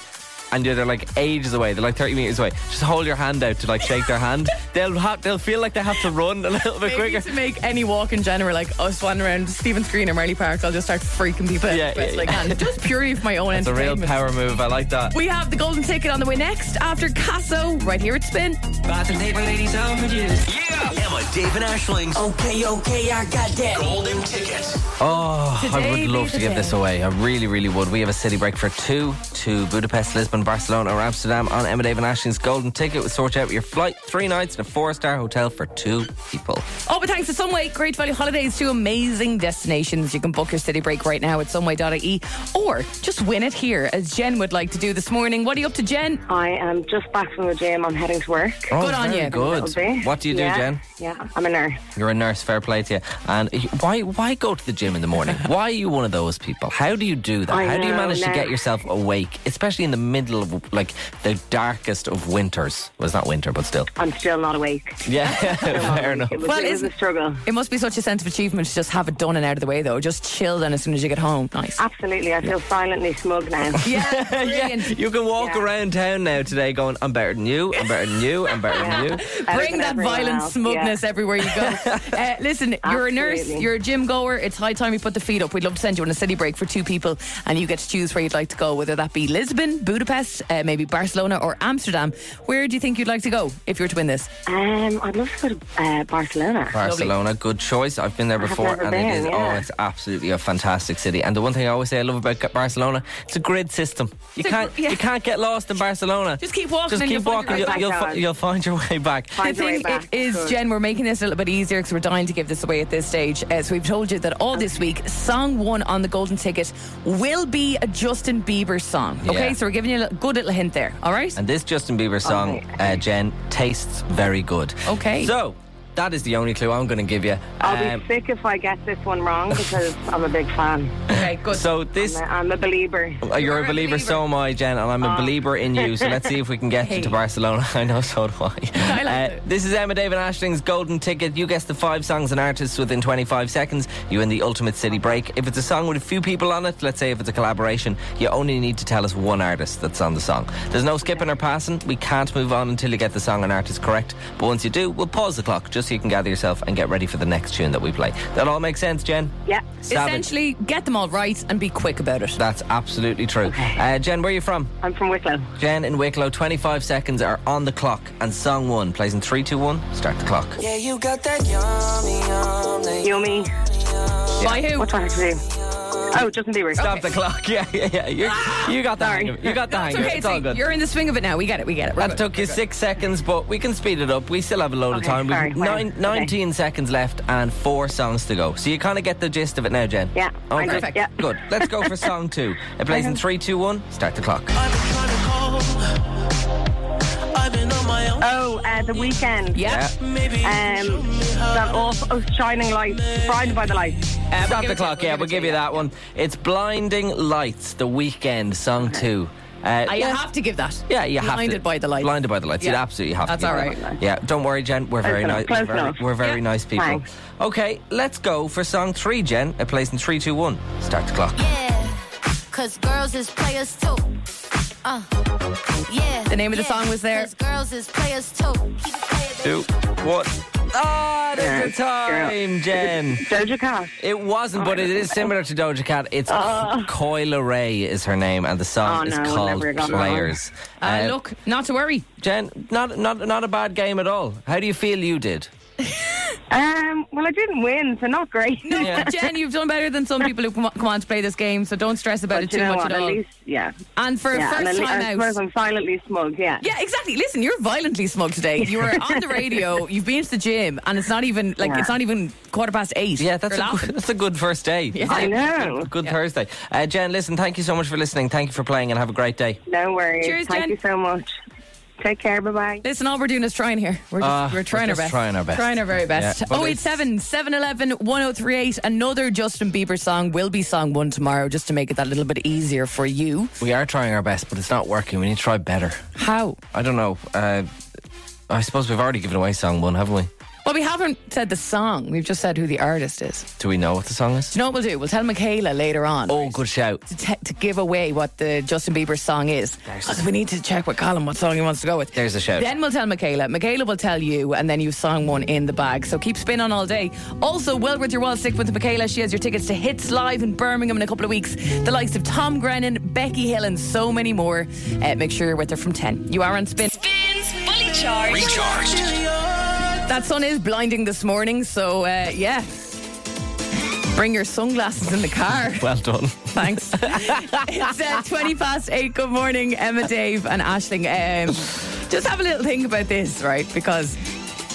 D: And you're- they're like ages away. They're like 30 meters away. Just hold your hand out to like shake their hand. They'll ha- they'll feel like they have to run a little bit
C: Maybe
D: quicker.
C: to make any walk in general, like us wandering around Stephen's Green or Marley Park, I'll just start freaking people out
D: Yeah,
C: as best
D: yeah,
C: I can. Just purely for my own
D: It's a real
C: entertainment.
D: power move. I like that.
C: We have the golden ticket on the way next after Casso, right here at Spin.
A: Yeah. Emma, Dave, and Ashling's
G: Okay, okay, I got that.
A: golden ticket.
D: Oh, I
C: Today
D: would
C: be
D: love
C: the
D: to give
C: day.
D: this away. I really, really would. We have a city break for two to Budapest, Lisbon, Lisbon, Barcelona, or Amsterdam on Emma Dave and Ashley's Golden Ticket. will sort out your flight, three nights in a four star hotel for two people.
C: Oh, but thanks to Sunway, great value holidays to amazing destinations. You can book your city break right now at sunway.ie E or just win it here, as Jen would like to do this morning. What are you up to, Jen?
H: I am just back from the gym. I'm heading to work.
D: Oh,
C: Good on
D: very
C: you.
D: Good.
H: That'll be-
D: What do you
H: Yeah,
D: do, Jen?
H: Yeah, I'm a nurse.
D: You're a nurse. Fair play to you. And you- why why go to the gym in the morning? why are you one of those people? How do you do that?
H: I
D: How do you
H: know,
D: manage to
H: now-
D: get yourself awake, especially in the middle of like the darkest of winters? Well, it's not winter, but still.
H: I'm still not awake.
D: Yeah, fair enough.
H: It was,
C: Well,
H: it was a
C: isn't-
H: struggle.
C: It must be such a sense of achievement to just have it done and out of the way, though. Just chill then as soon as you get home. Nice.
H: Absolutely, I feel silently smug now.
C: Yeah, brilliant.
D: You can walk
H: Yeah.
D: around town now today going, I'm better than you, I'm better than you, I'm better than you.
H: Better
C: Bring
H: than
C: that
H: everyone
C: violent
H: else,
C: smugness everywhere you go. Uh, listen, you're a nurse,
H: Absolutely.
C: you're a gym goer. It's high time you put the feet up. We'd love to send you on a city break for two people, and you get to choose where you'd like to go, whether that be Lisbon, Budapest, uh, maybe Barcelona, or Amsterdam. Where do you think you'd like to go if you were to win this?
H: Yeah. Um, I'd love to go to uh, Barcelona.
D: Barcelona, good choice. I've been there
H: have
D: before,
H: never
D: and it
H: been,
D: is
H: yeah.
D: oh, it's absolutely a fantastic city. And the one thing I always say I love about Ca- Barcelona, it's a grid system. You
C: It's a
D: can't
C: gr- yeah.
D: you can't get lost in Barcelona.
C: Just keep walking
D: Just
C: and
D: keep
C: you'll find your
D: walking. You'll,
H: way
D: you'll,
H: back
D: fi-
H: out.
D: you'll find your way back.
C: The
H: Find your way
C: thing
H: back.
C: i- is,
H: Good.
C: Jen, we're making this a little bit easier because we're dying to give this away at this stage. Uh, so we've told you that all this week, song one on the golden ticket will be a Justin Bieber song. Okay,
D: Yeah.
C: so we're giving you a li- good little hint there. All right.
D: And this Justin Bieber song, uh, Jen, tastes very good.
C: Okay.
D: So that is the only clue I'm going to give you.
H: I'll
D: Um,
H: be sick if I get this one wrong because I'm a big fan.
C: okay, good.
D: so this.
H: I'm a- I'm a believer.
D: Uh, You're a
C: a Ah.
D: believer, so am I, Jen, and I'm a believer in you. So let's see if we can get you to
C: Hey.
D: Barcelona. I know, so do I.
C: I like
D: uh,
C: it.
D: this is Emma David Ashling's Golden Ticket. You guess the five songs and artists within 25 seconds. You win the Ultimate City Break. If it's a song with a few people on it, let's say if it's a collaboration, you only need to tell us one artist that's on the song. There's no skipping or passing. We can't move on until you get the song and artist correct. But once you do, we'll pause the clock just so you can gather yourself and get ready for the next tune that we play. That all makes sense, Jen?
H: Yeah.
D: Savage.
C: Essentially, get them all right and be quick about it.
D: That's absolutely true. Uh, Jen, where are you from?
H: I'm from Wicklow.
D: Jen in Wicklow, 25 seconds are on the clock, and song one plays in 3, 2, 1. Start the clock.
G: Yeah, you got that yummy, yum, that
H: Yummy.
C: By who?
H: What do I have to do? Oh, Justin Bieber.
D: Stop the clock. Yeah, yeah, yeah. You, you got the hang of it. You got the
C: It's
D: hang of
C: Ah, okay,
D: it. It's all good.
C: you're in the swing of it now. We get it. We get it. We're
D: That
C: good.
D: took you six seconds, but we can speed it up. We still have a load of
H: Okay,
D: time. We've
H: sorry, well,
D: nine,
H: okay.
D: 19 seconds left and four songs to go. So you kind of get the gist of it now, Jen.
H: Yeah, I
C: Oh,
D: Okay.
H: do. Yeah.
D: Good. Let's go for song two. It plays in three, two, one. Start the clock.
C: Oh,
G: I've been trying to call. I've been on my own.
H: Oh, uh, the weekend.
C: Yeah.
G: Maybe you can show
H: Um,
G: me how.
H: that awful oh, shining light, blinded by the lights.
C: Uh, we'll give
D: Stop the
C: it to
D: clock.
C: you,
D: Yeah, we'll give you
C: it to
D: that one. It's Blinding Lights, The Weekend, song two. Uh,
C: I
D: yeah.
C: have to give that.
D: Yeah, you have
C: Blinded
D: to.
C: by the light.
D: Blinded by the lights. You'd
C: Yeah.
D: absolutely have
C: That's
D: to. give
C: all
D: it
C: right.
D: that. Yeah, don't worry, Jen. We're very
H: enough,
D: nice.
H: close
D: We're very,
H: enough.
D: we're very
C: Yeah.
D: nice people.
H: Thanks.
D: Okay, let's go for song three, Jen. It plays in three, two, one. Start the clock.
I: Yeah, cause girls is players too. Uh, yeah.
C: The name of the song was there.
I: 'cause girls is players too. Keep it playing, baby.
D: Two, one. Ah, there's the
H: Yeah,
D: time, Jen.
H: Doja Cat.
D: It wasn't, but it is similar to Doja Cat. It's Co- Coil Ray is her name, and the song
H: Ah. Oh,
D: is
H: no,
D: called
H: never got it wrong.
D: Players.
C: Uh,
D: Uh,
C: look, not to worry.
D: Jen, not not not a bad game at all. How do you feel you did?
H: Um, well, I didn't win, so not great.
C: No, but Jen, you've done better than some people who come come on to play this game, so don't stress about
H: But
C: it
H: you
C: too
H: know
C: much
H: what?
C: at all.
H: At least, yeah.
C: and for
H: yeah, and
C: first
H: at le-
C: time
H: I
C: out.
H: suppose I'm silently smug, yeah.
C: Yeah, exactly. Listen, you're violently smug today. You were on the radio, you've been to the gym, and it's not even like
H: Yeah.
C: it's not even quarter past eight.
D: Yeah, that's
C: You're
D: a
C: laughing.
D: good, that's a good first day.
H: I know.
D: Good Thursday. Uh, Jen, listen, thank you so much for listening. Thank you for playing and have a great day.
H: No worries.
C: Cheers,
H: Thank
C: Jen.
H: you so much. Take care. Bye bye.
C: Listen, all we're doing is trying here. We're, just,
D: Uh,
C: we're trying
D: we're
C: our
D: just
C: best.
D: trying our best.
C: Trying our very best.
D: Yeah, but
C: Oh eight seven seven eleven one zero three eight. 087 711 1038. Another Justin Bieber song will be song one tomorrow, just to make it that little bit easier for you.
D: We are trying our best, but it's not working. We need to try better.
C: How?
D: I don't know. Uh, I suppose we've already given away song one, haven't we?
C: Well, we haven't said the song, we've just said who the artist is.
D: Do we know what the song is?
C: Do you know what we'll do? We'll tell Michaela later on.
D: Oh, good shout.
C: To, te- to give away what the Justin Bieber song is. Because we need to check with Colin what song he wants to go with.
D: There's a shout.
C: Then we'll tell Michaela. Michaela will tell you, and then you've song one in the bag. So keep spin on all day. Also, well worth your while stick with Michaela. She has your tickets to Hits Live in Birmingham in a couple of weeks. The likes of Tom Grennan, Becky Hill, and so many more. Uh, make sure you're with her from 10. You are on spin.
B: Spins Fully Charged.
A: Recharged.
C: That sun is blinding this morning, so uh, yeah. Bring your sunglasses in the car.
D: Well done.
C: Thanks. it's uh, 20 past 8. Good morning, Emma, Dave, and Ashling. Um, just have a little think about this, right? Because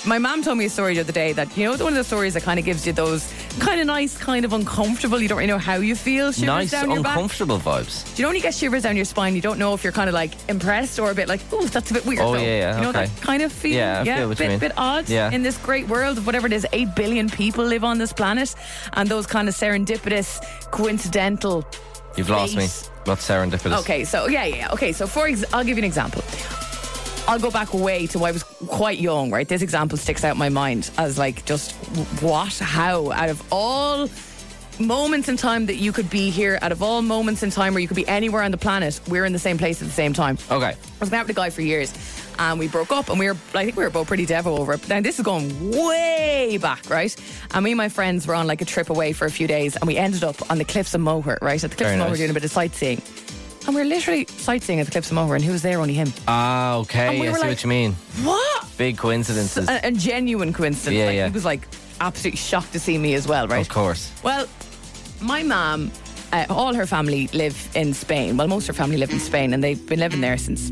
C: my mom told me a story the other day that, you know, one of the stories that kind of gives you those kind of nice, kind of uncomfortable, you don't really know how you feel, shivers
D: nice,
C: down your back.
D: uncomfortable vibes.
C: Do you know when you get shivers down your spine, you don't know if you're kind of like impressed or a bit like, oh, that's a bit weird.
D: Oh,
C: though."
D: yeah, yeah,
C: You know
D: okay.
C: that kind of feeling.
D: Yeah, I feel what you
C: bit,
D: mean.
C: bit odd
D: Yeah.
C: in this great world of whatever it is. Eight billion people live on this planet, and those kind of serendipitous, coincidental.
D: You've lost me.
C: Face.
D: What's serendipitous?
C: Okay, so yeah, yeah. Okay, so for ex- I'll give you an example. I'll go back way to when I was quite young, right? This example sticks out in my mind as like just w- what, how, out of all moments in time that you could be here, out of all moments in time where you could be anywhere on the planet, we're in the same place at the same time.
D: Okay.
C: I was going out with a guy for years, and we broke up, and we were, I think we were both pretty devil over it. Now, this is going way back, right? And me and my friends were on like a trip away for a few days, and we ended up on the cliffs of Moher, right? At the cliffs
D: Very
C: of Moher,
D: nice.
C: doing a bit of sightseeing. And we were literally sightseeing at the cliffs of Moher, and who was there? Only him.
D: Ah, okay.
C: And we
D: I
C: were
D: see
C: like- uh,
D: what you mean.
C: What?
D: Big coincidences.
C: A, a genuine coincidence.
D: Yeah,
C: like,
D: yeah.
C: He was like absolutely shocked to see me as well, right?
D: Of course.
C: Well, my mom, uh, all her family live in Spain. Well, most of her family live in Spain, and they've been living there since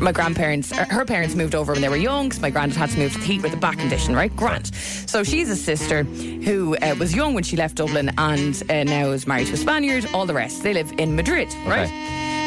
C: my grandparents, er, her parents moved over when they were young. 'cause my granddad had to move to the heat with a back condition, right? Grant. So she's a sister who uh, was young when she left Dublin and uh, now is married to a Spaniard. All the rest, they live in Madrid, right?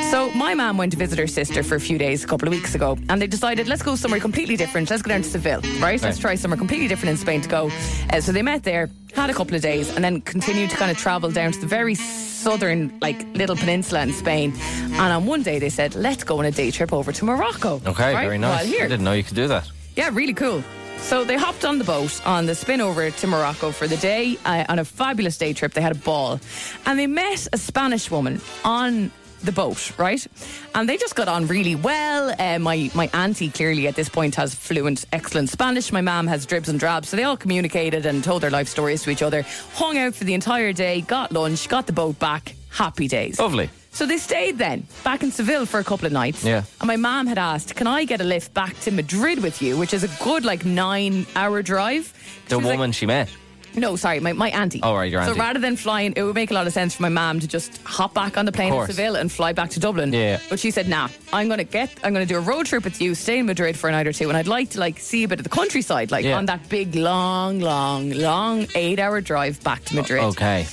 C: So my mom went to visit her sister for a few days a couple of weeks ago, and they decided let's go somewhere completely different. Let's go down to Seville, right? Let's
D: Right.
C: try somewhere completely different in Spain to go. Uh, so they met there, had a couple of days, and then continued to kind of travel down to the very southern, like little peninsula in Spain. And on one day they said, let's go on a day trip over to Morocco.
D: Okay,
C: right?
D: very nice.
C: While
D: I
C: here.
D: didn't know you could do that.
C: Yeah, really cool. So they hopped on the boat on the spin over to Morocco for the day uh, on a fabulous day trip. They had a ball and they met a Spanish woman on the boat, right? And they just got on really well. Uh, my, my auntie clearly at this point has fluent, excellent Spanish. My mom has dribs and drabs. So they all communicated and told their life stories to each other, hung out for the entire day, got lunch, got the boat back. Happy days.
D: Lovely.
C: So they stayed then back in Seville for a couple of nights.
D: Yeah.
C: And my mom had asked, "Can I get a lift back to Madrid with you?" Which is a good like nine-hour drive. She
D: The
C: was like-
D: woman she met.
C: no, sorry, my, my auntie.
D: Oh, right, your
C: So
D: auntie.
C: rather than flying, it would make a lot of sense for my mom to just hop back on the plane in
D: course.
C: Seville and fly back to Dublin.
D: Yeah.
C: But she said, "Nah, I'm gonna get, I'm gonna do a road trip with you, stay in Madrid for a night or two, and I'd like to like see a bit of the countryside, like
D: Yeah.
C: on that big, long, long, long eight-hour drive back to Madrid."
D: Oh, Okay.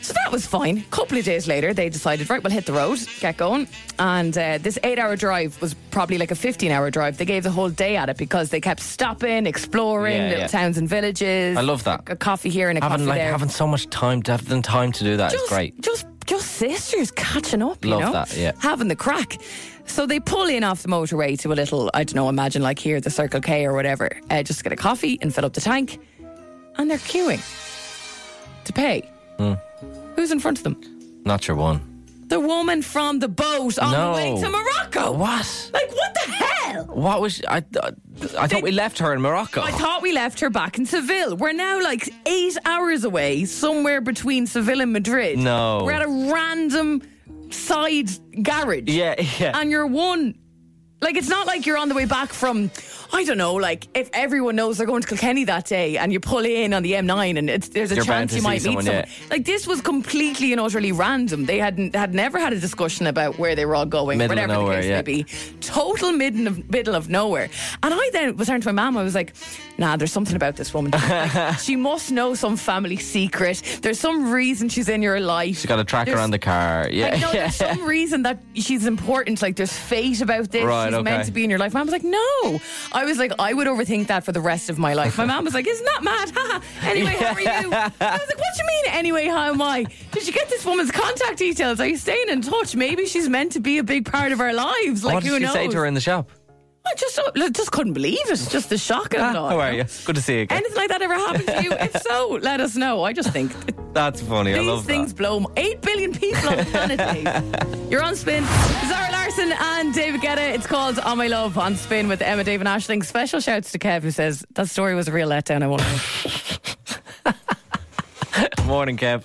C: So that was fine. A couple of days later, they decided, right, we'll hit the road, get going. And uh, this eight hour drive was probably like a 15 hour drive. They gave the whole day at it because they kept stopping, exploring
D: Yeah,
C: little
D: yeah.
C: towns and villages.
D: I love that.
C: A coffee here and a
D: Having
C: coffee
D: like
C: there.
D: having so much time, to have the time to do that is
C: just,
D: great.
C: Just, just sisters catching up, you
D: Love
C: know?
D: that, yeah.
C: Having the crack. So they pull in off the motorway to a little, I don't know, imagine like here, the Circle K or whatever, uh, just to get a coffee and fill up the tank. And they're queuing to pay.
D: Hmm.
C: Who's in front of them?
D: Not your one.
C: the woman from the boat on the
D: No.
C: way to Morocco.
D: Uh, What?
C: Like, what the hell?
D: What was I? I, I thought we left her in Morocco.
C: I thought we left her back in Seville. We're now like eight hours away, somewhere between Seville and Madrid.
D: No.
C: We're at a random side garage.
D: yeah, yeah.
C: And you're one. Like, it's not like you're on the way back from, I don't know, like, if everyone knows they're going to Kilkenny that day and you pull in on the M9 and it's, there's a
D: You're
C: chance
D: bound to
C: you
D: see
C: might
D: someone,
C: meet someone.
D: yeah.
C: Like, this was completely and utterly random. They had, had never had a discussion about where they were all going,
D: Middle of
C: whatever the
D: nowhere,
C: case
D: yeah.
C: may be. Total mid of, middle of nowhere. And I then was turned to my mum. I was like, nah, there's something about this woman. Like, she must know some family secret. There's some reason she's in your life.
D: She got a tracker
C: There's-
D: on the car. Yeah,
C: like, no, there's some reason that she's important. Like, there's fate about this.
D: Right,
C: she's
D: okay.
C: meant to be in your life. Mom was like, no. I was like, I would overthink that for the rest of my life. My mom was like, isn't that mad? Haha. anyway, how are you? I was like, what do you mean? Anyway, how am I? Did you get this woman's contact details? Are you staying in touch? Maybe she's meant to be a big part of our lives. Like,
D: what did
C: who
D: she
C: knows?
D: say to her in the shop?
C: I just, I just couldn't believe it. Just the shock of it all.
D: How Ah, are you? Good to see you again.
C: Anything like that ever happened to you? If so, let us know. I just think
D: That's funny. I
C: these
D: love
C: things
D: that.
C: blow. m- Eight billion people on the planet. Dave. You're on spin. Zara Larson and David Guetta. It's called On My Love on Spin with Emma, Dave, and Ashling. Special shouts to Kev who says that story was a real letdown. I won't. lie."
D: Morning, Kev.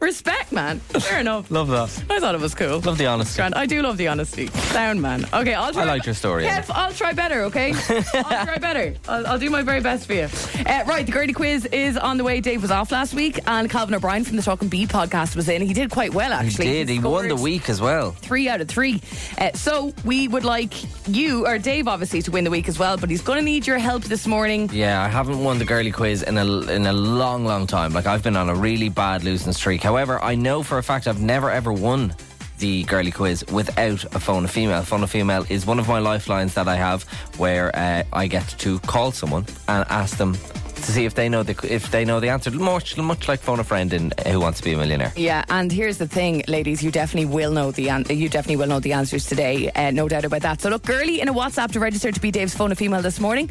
C: Respect, man. Fair enough.
D: Love that.
C: I thought it was cool.
D: Love the honesty.
C: Grand. I do love the honesty. Sound man. Okay, I'll try.
D: I liked your story,
C: Kev, I'll try better, okay? I'll try better. I'll, I'll do my very best for you. Uh, right, the Grady quiz is on the way. Dave was off last week, and Calvin O'Brien from the Talking Bee podcast was in. He did quite well,
D: He
C: actually.
D: did. He won the
C: scored
D: week as well.
C: Three out of three. Uh, so we would like you, or Dave, obviously, to win the week as well, but he's going to need your help this morning.
D: Yeah, I haven't won the girly quiz in a in a long, long time. Like I've been on a really bad losing streak. However, I know for a fact I've never ever won the girly quiz without a phone a female. Phone a female is one of my lifelines that I have, where uh, I get to call someone and ask them to see if they know the if they know the answer. Much much like phone a friend in uh, Who Wants to Be a Millionaire.
C: Yeah, and here's the thing, ladies. You definitely will know the an- you definitely will know the answers today, uh, no doubt about that. So look, girly in a WhatsApp to register to be Dave's phone a female this morning,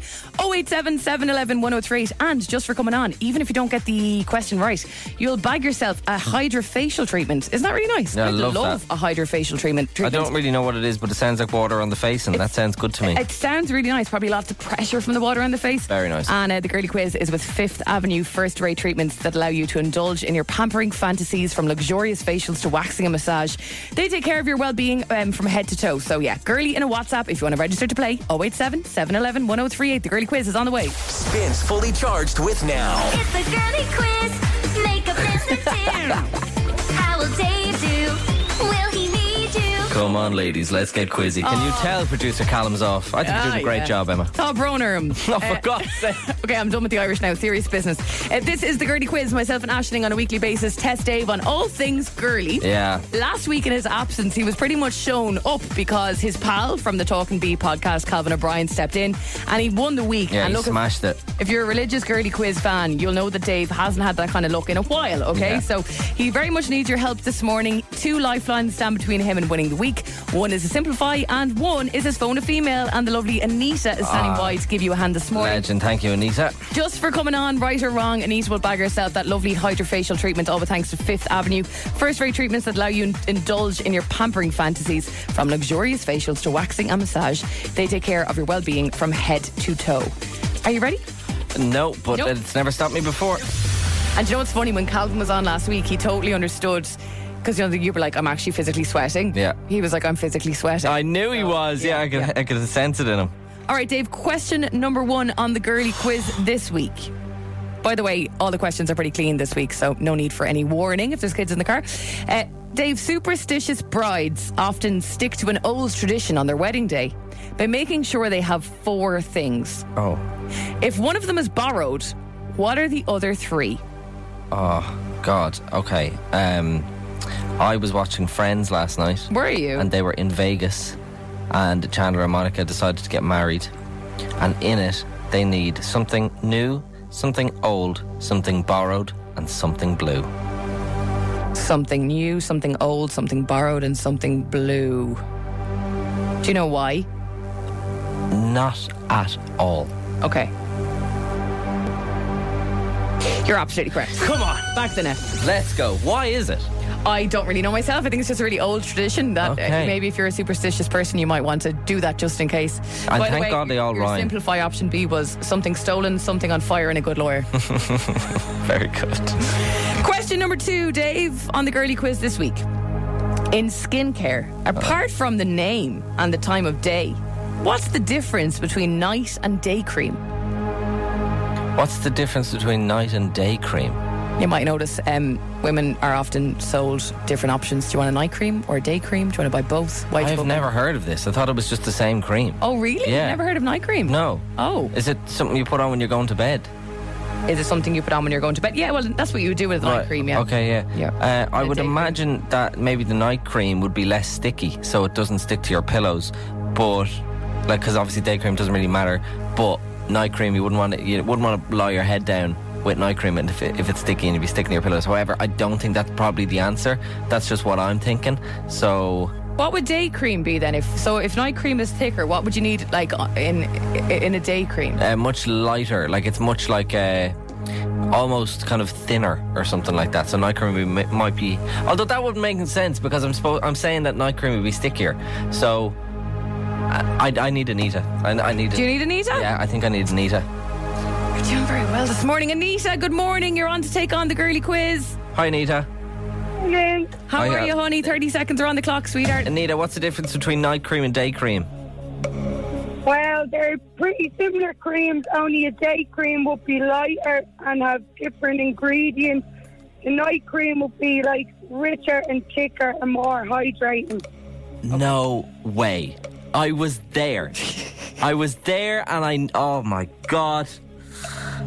C: 087 711 1038. And just for coming on, even if you don't get the question right, you'll bag yourself a hydrofacial treatment. Isn't that really nice?
D: Yeah, I love
C: love a hydrofacial treatment.
D: I
C: treatment.
D: don't really know what it is, but it sounds like water on the face, and that sounds good to me.
C: It sounds really nice. Probably lots of pressure from the water on the face.
D: Very nice.
C: And uh, the girly quiz is with Fifth Avenue first rate treatments that allow you to indulge in your pampering fantasies from luxurious facials to waxing and massage. They take care of your well being um, from head to toe. So, yeah, girly in a WhatsApp if you want to register to play Oh, 087 711 1038. oh, The girly quiz is on the way.
A: Spins fully charged with now.
I: It's the girly quiz. Make up is the tune. How will Dave do? Will he need you?
D: Come on, ladies, let's get quizzy. Can you tell producer Callum's off? I think you're doing a
C: Ah,
D: great
C: yeah.
D: job, Emma.
C: Tom Bronerham.
D: Oh, for God's sake.
C: Okay, I'm done with the Irish now. Serious business. Uh, this is the Girly Quiz. Myself and Ashling on a weekly basis test Dave on all things girly.
D: Yeah.
C: Last week in his absence, he was pretty much shown up because his pal from the Talking Bee podcast, Calvin O'Brien, stepped in and he won the week.
D: Yeah,
C: and
D: you
C: look, if,
D: smashed it.
C: if you're a religious girly quiz fan, you'll know that Dave hasn't had that kind of luck in a while, okay?
D: Yeah.
C: So he very much needs your help this morning. Two lifelines stand between him and winning the week. One is a simplify, and one is his phone a female. And the lovely Anita is
D: Ah.
C: standing by to give you a hand this morning.
D: Legend. Thank you, Anita.
C: Just for coming on, right or wrong, Anita will bag herself that lovely hydrofacial treatment, all with thanks to Fifth Avenue. First rate treatments that allow you to indulge in your pampering fantasies, from luxurious facials to waxing and massage. They take care of your well being from head to toe. Are you ready?
D: No, but
C: Nope.
D: it's never stopped me before.
C: And you know what's funny? When Calvin was on last week, he totally understood. Because you know you were like, I'm actually physically sweating.
D: Yeah.
C: He was like, I'm physically sweating.
D: I knew he was. Yeah, I could, I could have sensed it in him.
C: All right, Dave, question number one on the girly quiz this week. By the way, all the questions are pretty clean this week, so no need for any warning if there's kids in the car. Uh, Dave, superstitious brides often stick to an old tradition on their wedding day by making sure they have four things.
D: Oh,
C: If one of them is borrowed, what are the other three?
D: oh, God. Okay. Um, I was watching Friends last night,
C: Were you?
D: and they were in Vegas, and Chandler and Monica decided to get married, and in it they need something new, something old, something borrowed, and something blue.
C: something new, something old, something borrowed, and something blue. Do you know why?
D: Not at all.
C: Okay. You're absolutely correct. Come on. Back to the net.
D: Let's go. Why is it?
C: I don't really know myself. I think it's just a really old tradition that uh,
D: Okay.
C: maybe if you're a superstitious person, you might want to do that just in case.
D: And
C: By the
D: thank
C: way,
D: God they all
C: your
D: rhyme.
C: simplify option B was something stolen, something on fire, and a good lawyer.
D: Very good.
C: Question number two, Dave, on the girly quiz this week. In skincare, apart from the name and the time of day, what's the difference between night and day cream?
D: What's the difference between night and day cream?
C: You might notice um, women are often sold different options. Do you want a night cream or a day cream? Do you want to buy both? Why do you
D: I've
C: both-
D: never heard of this. I thought it was just the same cream.
C: Oh, really?
D: Yeah.
C: Never heard of night cream?
D: No.
C: Oh.
D: Is it something you put on when you're going to bed?
C: Is it something you put on when you're going to bed? Yeah, well, that's what you would do with a night
D: Right.
C: cream, yeah.
D: Okay, yeah.
C: Yeah.
D: Uh, I
C: And a
D: would
C: day cream.
D: imagine that maybe the night cream would be less sticky, so it doesn't stick to your pillows. But like, because obviously day cream doesn't really matter. But night cream, you wouldn't want to, you wouldn't want to lie your head down with night cream, and if, it, if it's sticky, and you'd be sticking to your pillows. However, I don't think that's probably the answer. That's just what I'm thinking. So
C: What would day cream be then? If so, if night cream is thicker, what would you need like in in a day cream?
D: uh, much lighter. Like it's much like uh, almost kind of thinner or something like that. So night cream would be, might be, although that wouldn't make sense because I'm supposed I'm saying that night cream would be stickier. So I, I, I need Anita. I, I need.
C: Do you need Anita?
D: Yeah, I think I need Anita.
C: You're doing very well this morning, Anita. Good morning. You're on to take on the girly quiz.
D: Hi, Anita.
H: morning.
C: How
D: I,
C: are
D: uh,
C: you, honey? 30 seconds are on the clock, sweetheart.
D: Anita, what's the difference between night cream and day cream?
H: Well, they're pretty similar creams, only a day cream would be lighter and have different ingredients. The night cream would be like richer and thicker and more hydrating.
D: No way. I was there. I was there and I. Oh my God.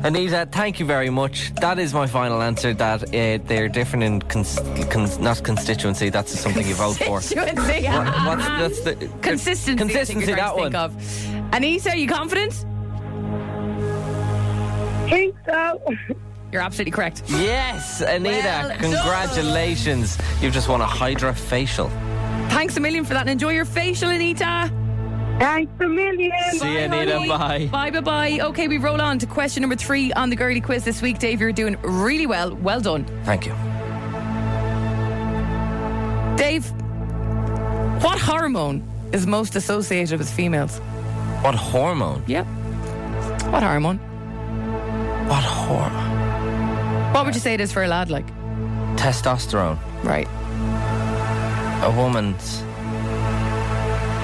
D: Anita, thank you very much. That is my final answer that uh, they're different in. Cons- cons- not constituency, that's something you vote for.
C: Constituency.
D: What, what's that's the
C: Consistency.
D: Consistency,
C: I think
D: that
C: you're
D: one.
C: trying to Think of. Anita, are you confident?
H: Think so.
C: You're absolutely correct.
D: Yes, Anita,
C: Well done.
D: congratulations. You've just won a Hydra facial.
C: Thanks a million for that and enjoy your facial, Anita.
H: Thanks a million.
D: See you, Anita.
C: honey. Bye,
D: Bye.
C: bye, bye. Okay, we roll on to question number three on the girly quiz this week. Dave, you're doing really well. Well done.
D: Thank you.
C: Dave, what hormone is most associated with females?
D: What hormone?
C: Yep. What hormone?
D: What hormone?
C: What would you say it is for a lad like?
D: Testosterone.
C: Right.
D: A woman's.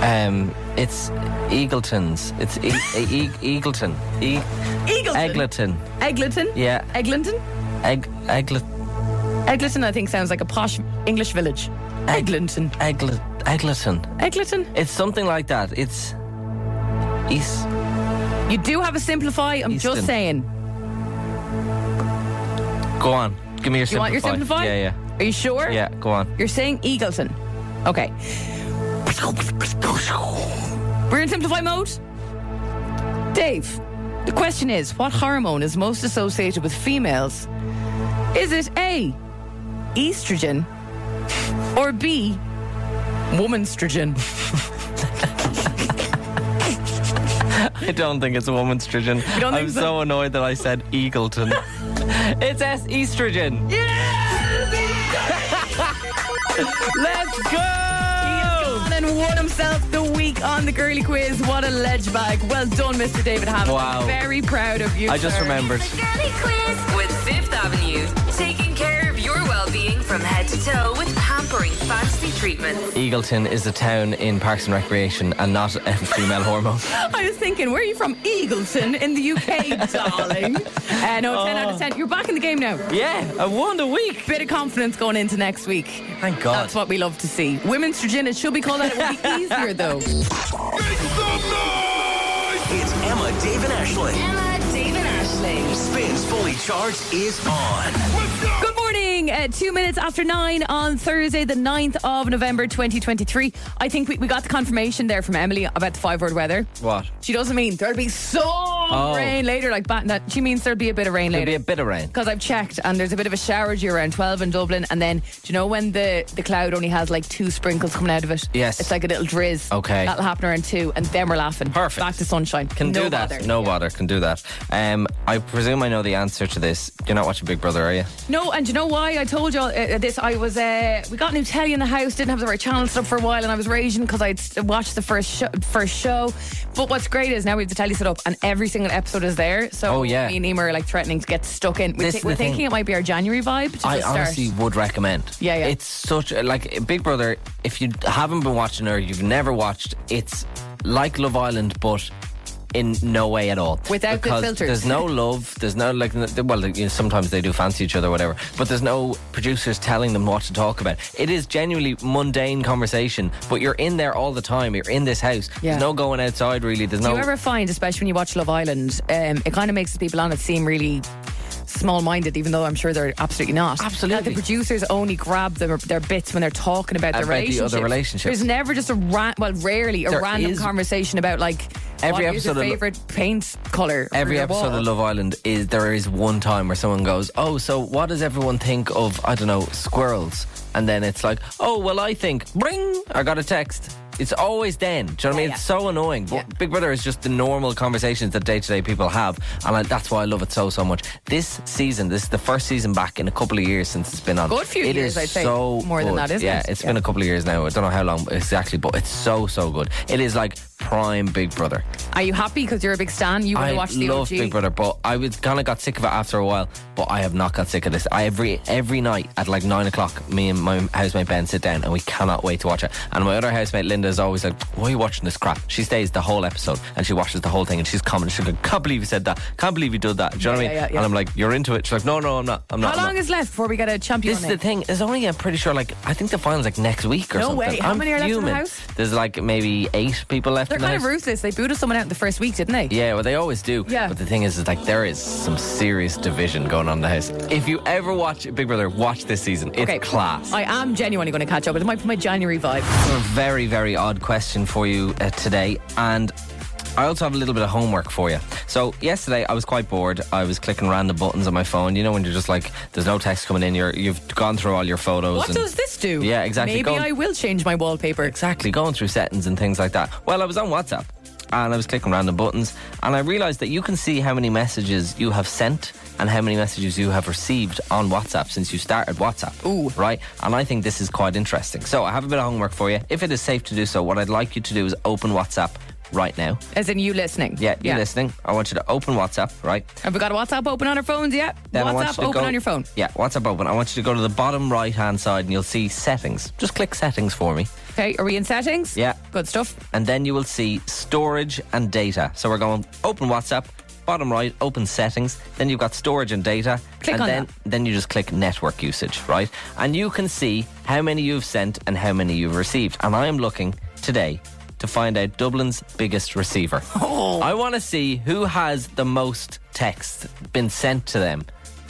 D: Um, it's Eagleton's. It's e- e- e- Eagleton. E-
C: Eagleton.
D: Egleton.
C: Eglinton?
D: Yeah.
C: Eglinton?
D: Egg. Eglet.
C: Eglinton, I think, sounds like a posh English village. Eglinton.
D: Eglet. Egleton.
C: Eglinton?
D: It's something like that. It's. East.
C: You do have a simplify, I'm
D: Easton.
C: just saying.
D: Go on. Give me your
C: You
D: simplify.
C: want your simplify?
D: Yeah,
C: Are you sure?
D: yeah. Yeah, go on.
C: You're saying Eagleton. Okay. We're in simplify mode. Dave, the question is what hormone is most associated with females? Is it A, estrogen, or B, womanstrogen?
D: I don't think it's a woman's estrogen.
C: don't think
D: I'm
C: so?
D: so annoyed that I said Eagleton. it's S E estrogen. Let's go!
C: Gone and won himself the week on the girly quiz. What a ledge bag. Well done, Mr. David Hammond.
D: Wow.
C: Very proud of you.
D: I just
C: sir.
D: remembered.
I: The girly quiz.
J: With Fifth Avenue, taking care of your well-being from head to toe with pampering fancy treatments.
D: Eagleton is a town in Parks and Recreation and not a female hormone.
C: I was thinking, where are you from? Eagleton in the UK, darling. Uh, no, 10 out of 10. You're back in the game now.
D: Yeah, I won Oh. the week.
C: Bit of confidence going into next week.
D: Thank God.
C: That's what we love to see. Women's Virginia should be called out. It would be easier, though.
A: It's Emma, David, Ashling.
I: Emma, David, Ashley.
A: Spins Fully Charged is on.
C: Good morning. Uh, two minutes after nine on Thursday, the 9th of November, 2023. I think we, we got the confirmation there from Emily about the five word weather.
D: What?
C: She doesn't mean there'll be some rain later, like batting that. She means there'll be a bit of rain
D: It'll
C: later.
D: Oh. be a bit of rain.
C: because I've checked and there's a bit of a shower due around 12 in Dublin and then do you know when the, the cloud only has like two sprinkles coming out of it
D: Yes.
C: it's like a little drizz
D: Okay.
C: that'll happen around two and then we're laughing
D: Perfect.
C: back to sunshine
D: Can
C: No
D: do that.
C: bother.
D: No bother. Can do that. Um, I presume I know the answer to this. You're not watching Big Brother, are you?
C: No, and you know why? I told you uh, this. I was uh, we got new telly in the house. Didn't have the right channel set up for a while, and I was raging because I'd s- watched the first show, first show. But what's great is now we have the telly set up, and every single episode is there. So
D: Oh, yeah.
C: me and Emer are like threatening to get stuck in. We
D: This
C: thi-
D: is
C: we're
D: the thing.
C: thinking it might be our January vibe. To
D: I
C: just start.
D: honestly would recommend.
C: Yeah, yeah.
D: It's such a- like Big Brother. If you haven't been watching or you've never watched, it's like Love Island, but in no way at all.
C: Without the
D: because
C: filters.
D: There's no love. There's no like. n- Well, you know, sometimes they do fancy each other, or whatever. But there's no producers telling them what to talk about. It is genuinely mundane conversation. But you're in there all the time. You're in this house.
C: Yeah.
D: There's no going outside really. There's
C: Do
D: no.
C: you ever find, especially when you watch Love Island, um, it kind of makes the people on it seem really small-minded, even though I'm sure they're absolutely not.
D: Absolutely.
C: Like, the producers only grab them their bits when they're talking about their
D: About the
C: relationships.
D: other relationships.
C: There's never just a ra- well, rarely a
D: There
C: random
D: is-
C: conversation about like
D: Every
C: what is your
D: episode of Lo-
C: favorite paint color. for
D: Every
C: your
D: episode
C: wall?
D: of Love Island is there is one time where someone goes, "Oh, so what does everyone think of I don't know squirrels?" And then it's like, "Oh, well, I think bring." I got a text. It's always then. Do you know what I mean?
C: Yeah,
D: It's so annoying. But
C: Yeah.
D: Big Brother is just the normal conversations that day to day people have, and I, that's why I love it so so much. This season, this is the first season back in a couple of years since it's been on.
C: Good few
D: It
C: years,
D: is
C: I'd say.
D: So
C: More than
D: good.
C: that, isn't
D: yeah,
C: it?
D: it's
C: Yeah.
D: been a couple of years now. I don't know how long exactly, but it's so so good. It is like prime Big Brother.
C: Are you happy because you're a big stan? You want
D: I
C: to watch the
D: love
C: OG?
D: Big Brother, but I was kind of got sick of it after a while. But I have not got sick of this. I every every night at like nine o'clock, me and my housemate Ben sit down and we cannot wait to watch it. And my other housemate Linda is always like, "Why are you watching this crap?" She stays the whole episode and she watches the whole thing and she's commenting. She's like, "Can't believe you said that. Can't believe you did that." Do you know what
C: Yeah,
D: I mean?
C: yeah, yeah.
D: And I'm like, "You're into it." She's like, "No, no, I'm not. I'm not."
C: How
D: I'm
C: long
D: not."
C: is left before we get a champion?
D: This is the
C: in?
D: thing. There's only, I'm pretty sure, like, I think the final's like next week or
C: No
D: something.
C: way. How
D: I'm
C: many are left in the
D: fuming.
C: house?
D: There's like maybe eight people left
C: They're
D: in the
C: kind of
D: house.
C: ruthless. They booted someone out in the first week, didn't they?
D: Yeah, well, they always do.
C: Yeah.
D: But the thing is, is like there is some serious division going on in the house. If you ever watch Big Brother, watch this season. It's class.
C: I am genuinely going to catch up. It might be my January vibe.
D: have a very, very odd question for you uh, today, and I also have a little bit of homework for you. So yesterday, I was quite bored. I was clicking random buttons on my phone. You know when you're just like, there's no text coming in. You're you've gone through all your photos.
C: What
D: and-
C: does this do?
D: Yeah, exactly.
C: Maybe
D: Go-
C: I will change my wallpaper.
D: Exactly, going through settings and things like that. Well, I was on WhatsApp and I was clicking random buttons and I realized that you can see how many messages you have sent and how many messages you have received on WhatsApp since you started WhatsApp. Ooh. Right? And I think this is quite interesting. So I have a bit of homework for you. If it is safe to do so, what I'd like you to do is open WhatsApp right now.
C: As in you listening.
D: Yeah, you're listening. I want you to open WhatsApp, right?
C: Have we got WhatsApp open on our phones yet?
D: Then I want
C: WhatsApp
D: you to
C: open
D: go-
C: on your phone.
D: Yeah, WhatsApp open. I want you to go to the bottom right hand side and you'll see settings. Just click settings for me.
C: Okay, are we in settings?
D: Yeah.
C: Good stuff.
D: and then you will see storage and data. So we're going open WhatsApp, bottom right, open settings, then you've got storage and data,
C: Click
D: and
C: on
D: then
C: that.
D: then you just click network usage, right? And you can see how many you've sent and how many you've received. And I am looking today to find out Dublin's biggest receiver.
C: Oh.
D: I want to see who has the most texts been sent to them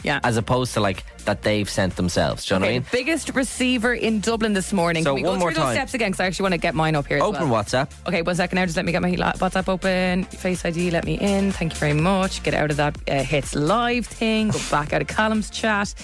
C: Yeah.
D: as opposed to like that they've sent themselves. Do you know
C: okay,
D: what I mean?
C: biggest receiver in Dublin this morning.
D: So
C: Can we go
D: one more
C: through those
D: time.
C: steps again? Because I actually want to get mine up here. as
D: Open
C: well.
D: WhatsApp.
C: Okay, one second now. Just let me get my la- WhatsApp open. Face ID, let me in. Thank you very much. Get out of that uh, hits live thing. Go back out of columns chat.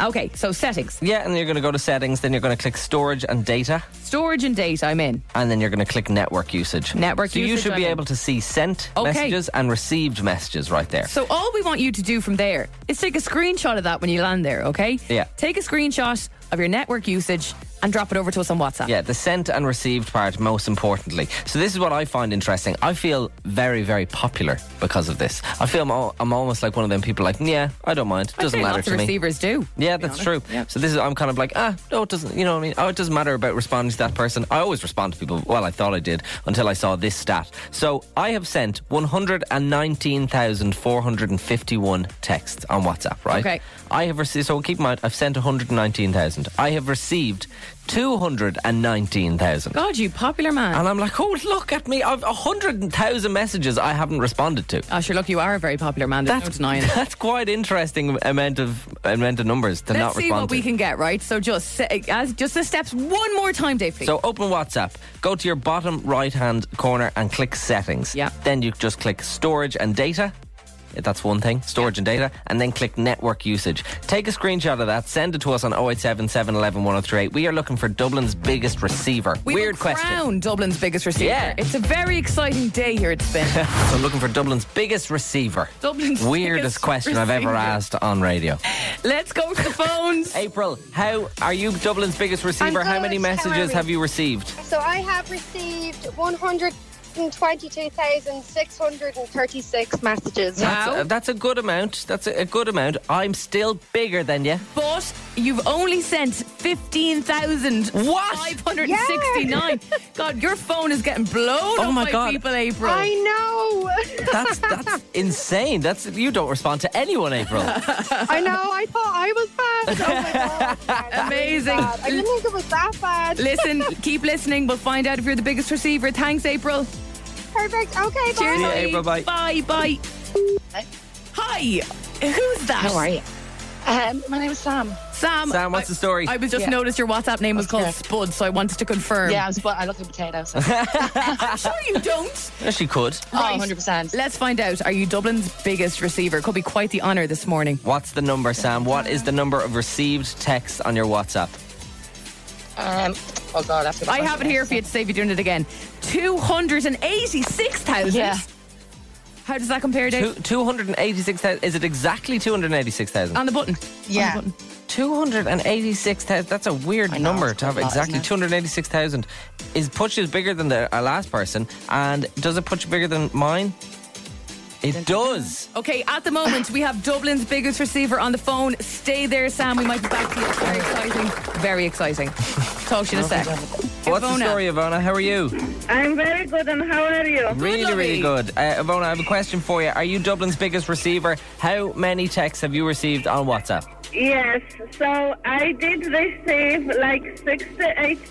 C: Okay, so settings,
D: Yeah, and you're going to go to settings, then you're going to click storage and data.
C: storage and data. I'm in.
D: and then you're going to click network usage.
C: Network
D: so you
C: usage,
D: should be
C: I'm in.
D: able to see sent
C: Okay.
D: messages and received messages right there.
C: So all we want you to do from there is take a screenshot of that when you land there. Okay.
D: Yeah.
C: Take a screenshot of your network usage and drop it over to us on WhatsApp.
D: yeah, the sent and received part, most importantly. So this is what I find interesting. I feel very, very popular because of this. I feel I'm, al- I'm almost like one of them people. Like, yeah, I don't mind.
C: I'd
D: Doesn't
C: say
D: matter
C: lots
D: to
C: of
D: me.
C: receivers do.
D: Yeah,
C: to be
D: that's true.
C: honest. Yeah.
D: So this is I'm kind of like ah no, it doesn't. You know what I mean? Oh, it doesn't matter about responding to that person. I always respond to people. Well, I thought I did until I saw this stat. So I have sent 119,451 texts on WhatsApp. Right?
C: Okay.
D: I have received. So keep in mind, I've sent 119,000. I have received 219,000.
C: God, you popular man.
D: And I'm like, oh, look at me! I've 100,000 messages I haven't responded to.
C: Oh, sure, look, you are a very popular man. There's no denying it.
D: That's quite interesting amount of amount of numbers to
C: Let's
D: not
C: see
D: respond
C: what
D: to.
C: we can get, right? So just say- as just the steps one more time, Dave, please.
D: So open WhatsApp, go to your bottom right hand corner and click settings.
C: Yeah.
D: Then you just click storage and data. That's one thing, storage and data, and then click network usage. Take a screenshot of that, send it to us on 087 711 1038. We are looking for Dublin's biggest receiver.
C: we
D: Weird
C: will
D: question.
C: crown Dublin's biggest receiver.
D: Yeah.
C: It's a very exciting day here at Spin.
D: So I'm looking for Dublin's biggest receiver.
C: Dublin's
D: Weirdest
C: biggest
D: question I've ever
C: receiver.
D: asked on radio.
C: Let's go to the phones.
D: April, how are you Dublin's biggest receiver? How
F: good.
D: many
F: How are
D: messages
F: we?
D: have you received?
K: So I have received 122,636 messages.
C: Wow.
D: Uh, That's a good amount. That's a, a good amount. I'm still bigger than you.
C: But you've only sent 15,569. God, your phone is getting blown
D: Oh
C: up
D: my
C: by
D: God.
C: people, April.
K: I
F: know.
D: That's that's insane. That's you don't respond to anyone, April.
K: I know. I thought I was bad. Oh my god.
C: Amazing.
K: I didn't think it was that bad.
C: Listen, keep listening. We'll find out if you're the biggest receiver. Thanks, April.
K: Perfect. Okay. Bye.
C: Cheers.
D: See you, April. Bye.
C: Bye. Bye. Hi. Who's that?
K: How are you? Um, my name is Sam.
C: Sam.
D: Sam, what's
C: I-
D: the story?
C: I was just
K: Yeah.
C: noticed your WhatsApp name was
K: That's
C: called
K: correct.
C: Spud, so I wanted to confirm.
K: Yeah, I'm sp- I look at potatoes. So.
C: I'm sure you don't.
D: Yeah, she could.
K: Oh, 100%.
C: Let's find out. Are you Dublin's biggest receiver? Could be quite the honour this morning.
D: What's the number, Sam? What is the number of received texts on your WhatsApp?
K: Um, oh god, that's
C: I have it here for you to save you doing it again. 286,000.
K: Yeah.
C: How does that compare, Dave?
D: Two hundred and eighty-six thousand. Is it exactly two hundred eighty-six thousand?
C: On the button.
K: Yeah.
C: On the button.
D: 286,000. That's a weird number to have
C: lot,
D: exactly.
C: isn't it?
D: 286,000 is Pucci's bigger than the uh, last person. And does it Pucci bigger than mine? It does.
C: Okay, at the moment we have Dublin's biggest receiver on the phone. Stay there, Sam. We might be back to you. It's very exciting. Very exciting. Talk to you in a sec.
D: What's the
C: Ivona.
D: story, Ivona? How are you?
L: I'm very good, and how are you?
D: Really, really good. Uh, Ivona, I have a question for you. Are you Dublin's biggest receiver? How many texts have you received on WhatsApp?
L: Yes, so I did receive like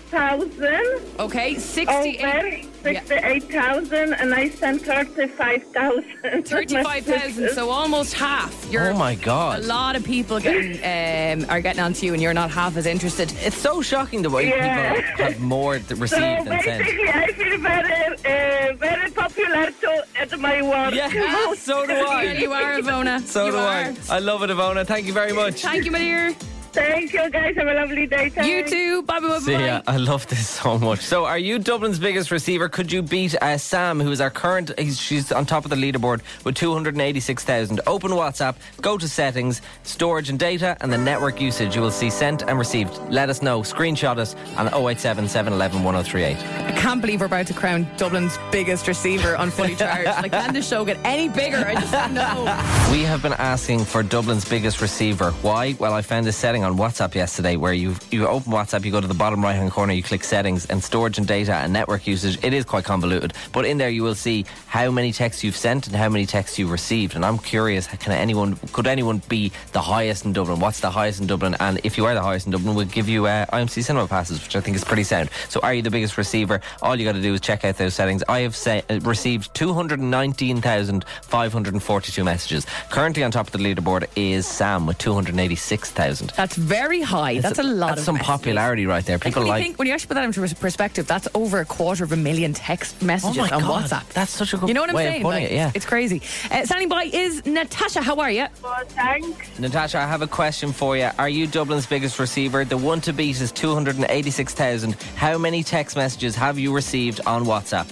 L: 68,000.
C: Okay,
H: Oh,
L: 68. 68,000, and I sent 35,000.
C: 35,000, so almost half. You're
D: Oh my God.
C: A lot of people getting, um, are getting onto you and you're not half as interested.
D: It's so shocking the way
L: Yeah.
D: people have more th-
L: So
D: received than sent.
L: basically, I feel very, uh, very popular too at my work.
D: Yeah, so do I.
C: You are, Ivona.
D: So
C: You
D: do
C: are.
D: I. I love it, Ivona. Thank you very much.
C: Thank you, my dear.
L: Thank you, guys. Have a lovely day.
C: You too. Bye, bye, bye,
D: See
C: bye.
D: ya. I love this so much. So, are you Dublin's biggest receiver? Could you beat uh, Sam, who is our current? He's, she's on top of the leaderboard with two hundred and eighty-six thousand. Open WhatsApp, go to settings, storage and data, and the network usage. You will see sent and received. Let us know. Screenshot us on 087 711 1038.
C: I can't believe we're about to crown Dublin's biggest receiver on Fully Charged. like, can the show get any bigger? I just don't know.
D: We have been asking for Dublin's biggest receiver. Why? Well, I found this setting on WhatsApp yesterday where you you open WhatsApp, you go to the bottom right hand corner, you click settings and storage and data and network usage. It is quite convoluted, but in there you will see how many texts you've sent and how many texts you received. And I'm curious, can anyone could anyone be the highest in Dublin? What's the highest in Dublin? And if you are the highest in Dublin, we'll give you uh, IMC cinema passes, which I think is pretty sound. So, are you the biggest receiver? All you got to do is check out those settings. I have se- uh, received 219,542 messages. Currently on top of the leaderboard is Sam with 286,000.
C: That's very high. That's a lot
D: That's
C: of
D: some
C: messages.
D: popularity right there. People
C: when
D: like.
C: you think when you actually put that into pers- perspective, that's over a quarter of a million text messages
D: my
C: on
D: God.
C: WhatsApp.
D: That's such a good
C: You know what I'm
D: way of
C: saying?
D: putting
C: Like,
D: it, yeah.
C: it's crazy. Uh, standing by is Natasha. How are you?
L: Well, thanks.
D: Natasha, I have a question for you. Are you Dublin's biggest receiver? The one to beat is 286,000. How many text messages have you received on WhatsApp?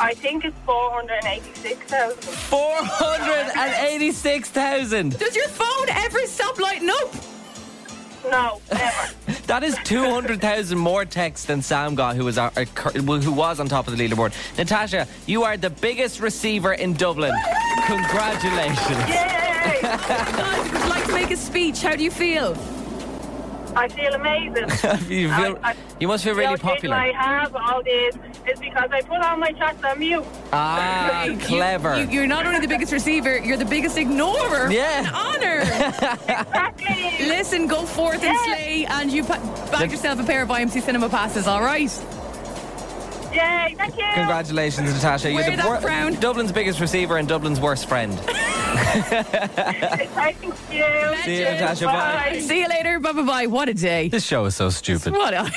M: I think it's 486,000.
D: 486,000.
C: Does your phone ever stop lighting up?
M: No, never.
D: That is 200,000 more texts than Sam got, who was, our, our cur- who was on top of the leaderboard. Natasha, you are the biggest receiver in Dublin. Congratulations.
M: Yay!
C: God, would like to make a speech. How do you feel?
M: I feel amazing.
D: you, feel,
M: I- I-
D: you must feel
M: The
D: really
M: only reason I
D: popular.
M: have all this is because I put all my chats on mute.
D: Ah,
C: You-
D: clever.
C: You, are not only the biggest receiver, you're the biggest ignorer.
D: Yeah.
C: What An honor.
M: exactly.
C: Listen, go forth and slay, and you pa- bag yourself a pair of IMC Cinema passes. All right.
M: Yay, thank you.
D: Congratulations, Natasha.
M: Wear
D: You're the
M: that
D: wor-
M: crown.
D: Dublin's biggest receiver and Dublin's worst friend.
M: Thank you.
D: See you, Natasha. Bye.
C: See you later. Bye bye bye. What a day.
D: This show is so stupid.
C: What a-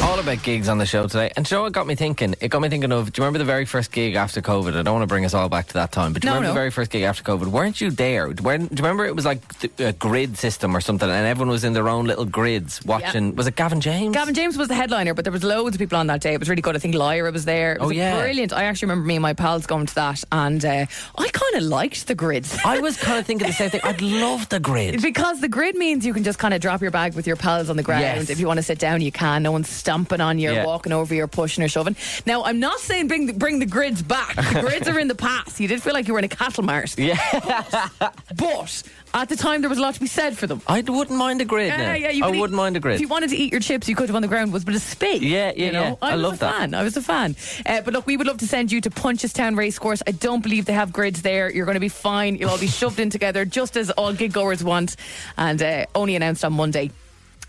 D: All about gigs on the show today. And do you know what got me thinking? It got me thinking of do you remember the very first gig after COVID? I don't want to bring us all back to that time, but do you
C: No,
D: remember
C: no.
D: the very first gig after COVID? Weren't you there? When, do you remember it was like th- a grid system or something and everyone was in their own little grids watching? Was it Gavin James?
C: Gavin James was the headliner, but there was loads of people on that day. It was really good. I think Lyra was there. It was
D: Oh, yeah.
C: brilliant. I actually remember me and my pals going to that, and uh, I kind of liked the grids.
D: I was kind of thinking the same thing. I'd love the grid.
C: Because the grid means you can just kind of drop your bag with your pals on the ground.
D: Yes.
C: If you want to sit down, you can. No one's stomping on you, or
D: Yeah.
C: walking over you, or pushing or shoving. Now, I'm not saying bring the, bring the grids back. The grids are in the past. You did feel like you were in a cattle mart.
D: Yeah.
C: But at the time, there was a lot to be said for them.
D: I wouldn't mind a grid now.
C: you
D: I
C: could eat-
D: wouldn't mind a grid.
C: If you wanted to eat your chips, you could have on the ground was but a space.
D: Yeah, yeah,
C: you know?
D: yeah.
C: I,
D: I
C: was
D: love
C: a
D: that.
C: fan. I was a fan. Uh, but look, we would love to send you to Punchestown Racecourse. I don't believe they have grids there. You're going to be fine. You'll all be shoved in together, just as all gig goers want, and uh, only announced on Monday.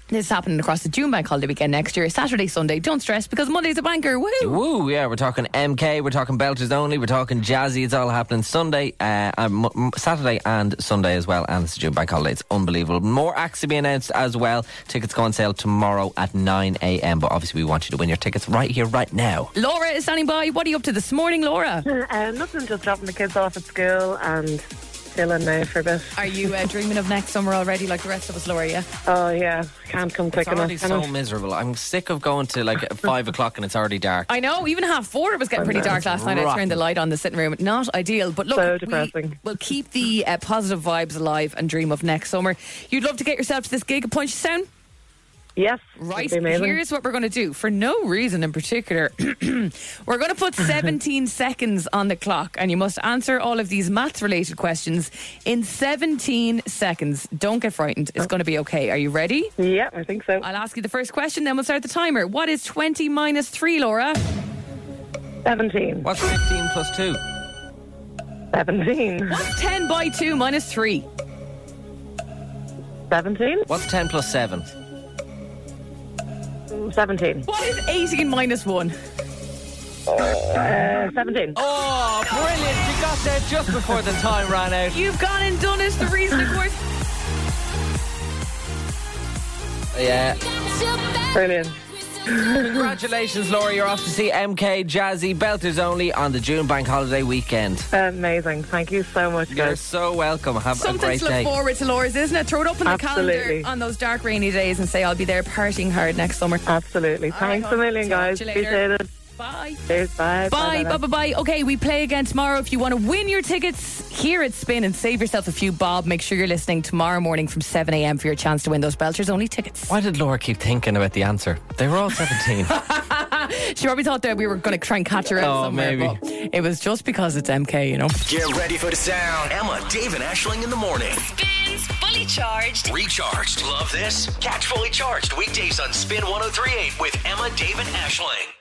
C: This is happening across the June Bank holiday weekend next year, Saturday, Sunday. Don't stress because Monday's a banker. Woohoo!
D: Woo, yeah, we're talking MK, we're talking Belters Only, we're talking Jazzy. It's all happening Sunday, uh, um, m- Saturday and Sunday as well, and it's the June Bank Holiday. It's unbelievable. More acts to be announced as well. Tickets go on sale tomorrow at 9am, but obviously we want you to win your tickets right here, right now.
C: Laura is standing by. What are you up to this morning, Laura?
N: Uh, nothing, just dropping the kids off at school and chilling now for a bit.
C: Are you uh, dreaming of next summer already, like the rest of us, Laura? Yeah.
N: Oh yeah, can't come quick
D: It's
N: enough.
D: already
N: can
D: so
N: I?
D: miserable. I'm sick of going to like at five o'clock and it's already dark.
C: I know, even half four, it was getting
D: I
C: pretty
D: know.
C: dark last night. I
D: Rotten.
C: turned the light on the sitting room. Not ideal, but look,
N: So
C: we will keep the uh, positive vibes alive and dream of next summer. You'd love to get yourself to this gig at Punch Sound?
N: Yes.
C: Right.
N: be amazing.
C: Here's what we're going to do. For no reason in particular, we're going to put 17 seconds on the clock, and you must answer all of these maths related questions in 17 seconds. Don't get frightened. It's going to be okay. Are you ready?
N: Yeah, I think so.
C: I'll ask you the first question, then we'll start the timer. What is 20 minus 3, Laura?
N: 17.
D: What's 15 plus 2?
N: 17.
C: What's 10 by 2 minus 3?
N: 17?
D: What's 10 plus 7?
N: 17.
C: What is 18 minus 1?
N: Uh, 17.
D: Oh, brilliant. You got there just before the time ran out.
C: You've gone and done it. The reason, of course.
D: Yeah.
N: Brilliant.
D: Congratulations, Laura. You're off to see MK Jazzy Belters only on the June bank holiday weekend.
N: Amazing. Thank you so much,
D: You're
N: guys.
D: so welcome. Have a
C: Something
D: great
C: to look
D: day.
C: forward to, Laura's, isn't it? Throw it up on the
N: Absolutely.
C: calendar on those dark, rainy days and say, I'll be there partying hard next summer.
N: Absolutely. Thanks a million, guys.
C: Talk to you later.
N: Appreciate it.
C: Bye.
N: Cheers. Bye.
C: Bye, bye, bye, bye. Okay, we play again tomorrow. If you want to win your tickets here at Spin and save yourself a few bob, make sure you're listening tomorrow morning from 7 a.m. for your chance to win those Belchers only tickets.
D: Why did Laura keep thinking about the answer? They were all 17.
C: she probably thought that we were going to try and catch her out
D: Oh,
C: somewhere,
D: maybe.
C: but it was just because it's MK, you know.
A: Get ready for the sound. Emma, Dave, and Ashling in the morning.
B: Spins Fully Charged.
A: oh Recharged. Love this? Catch fully charged weekdays on Spin 1038 with Emma, Dave, and Ashling.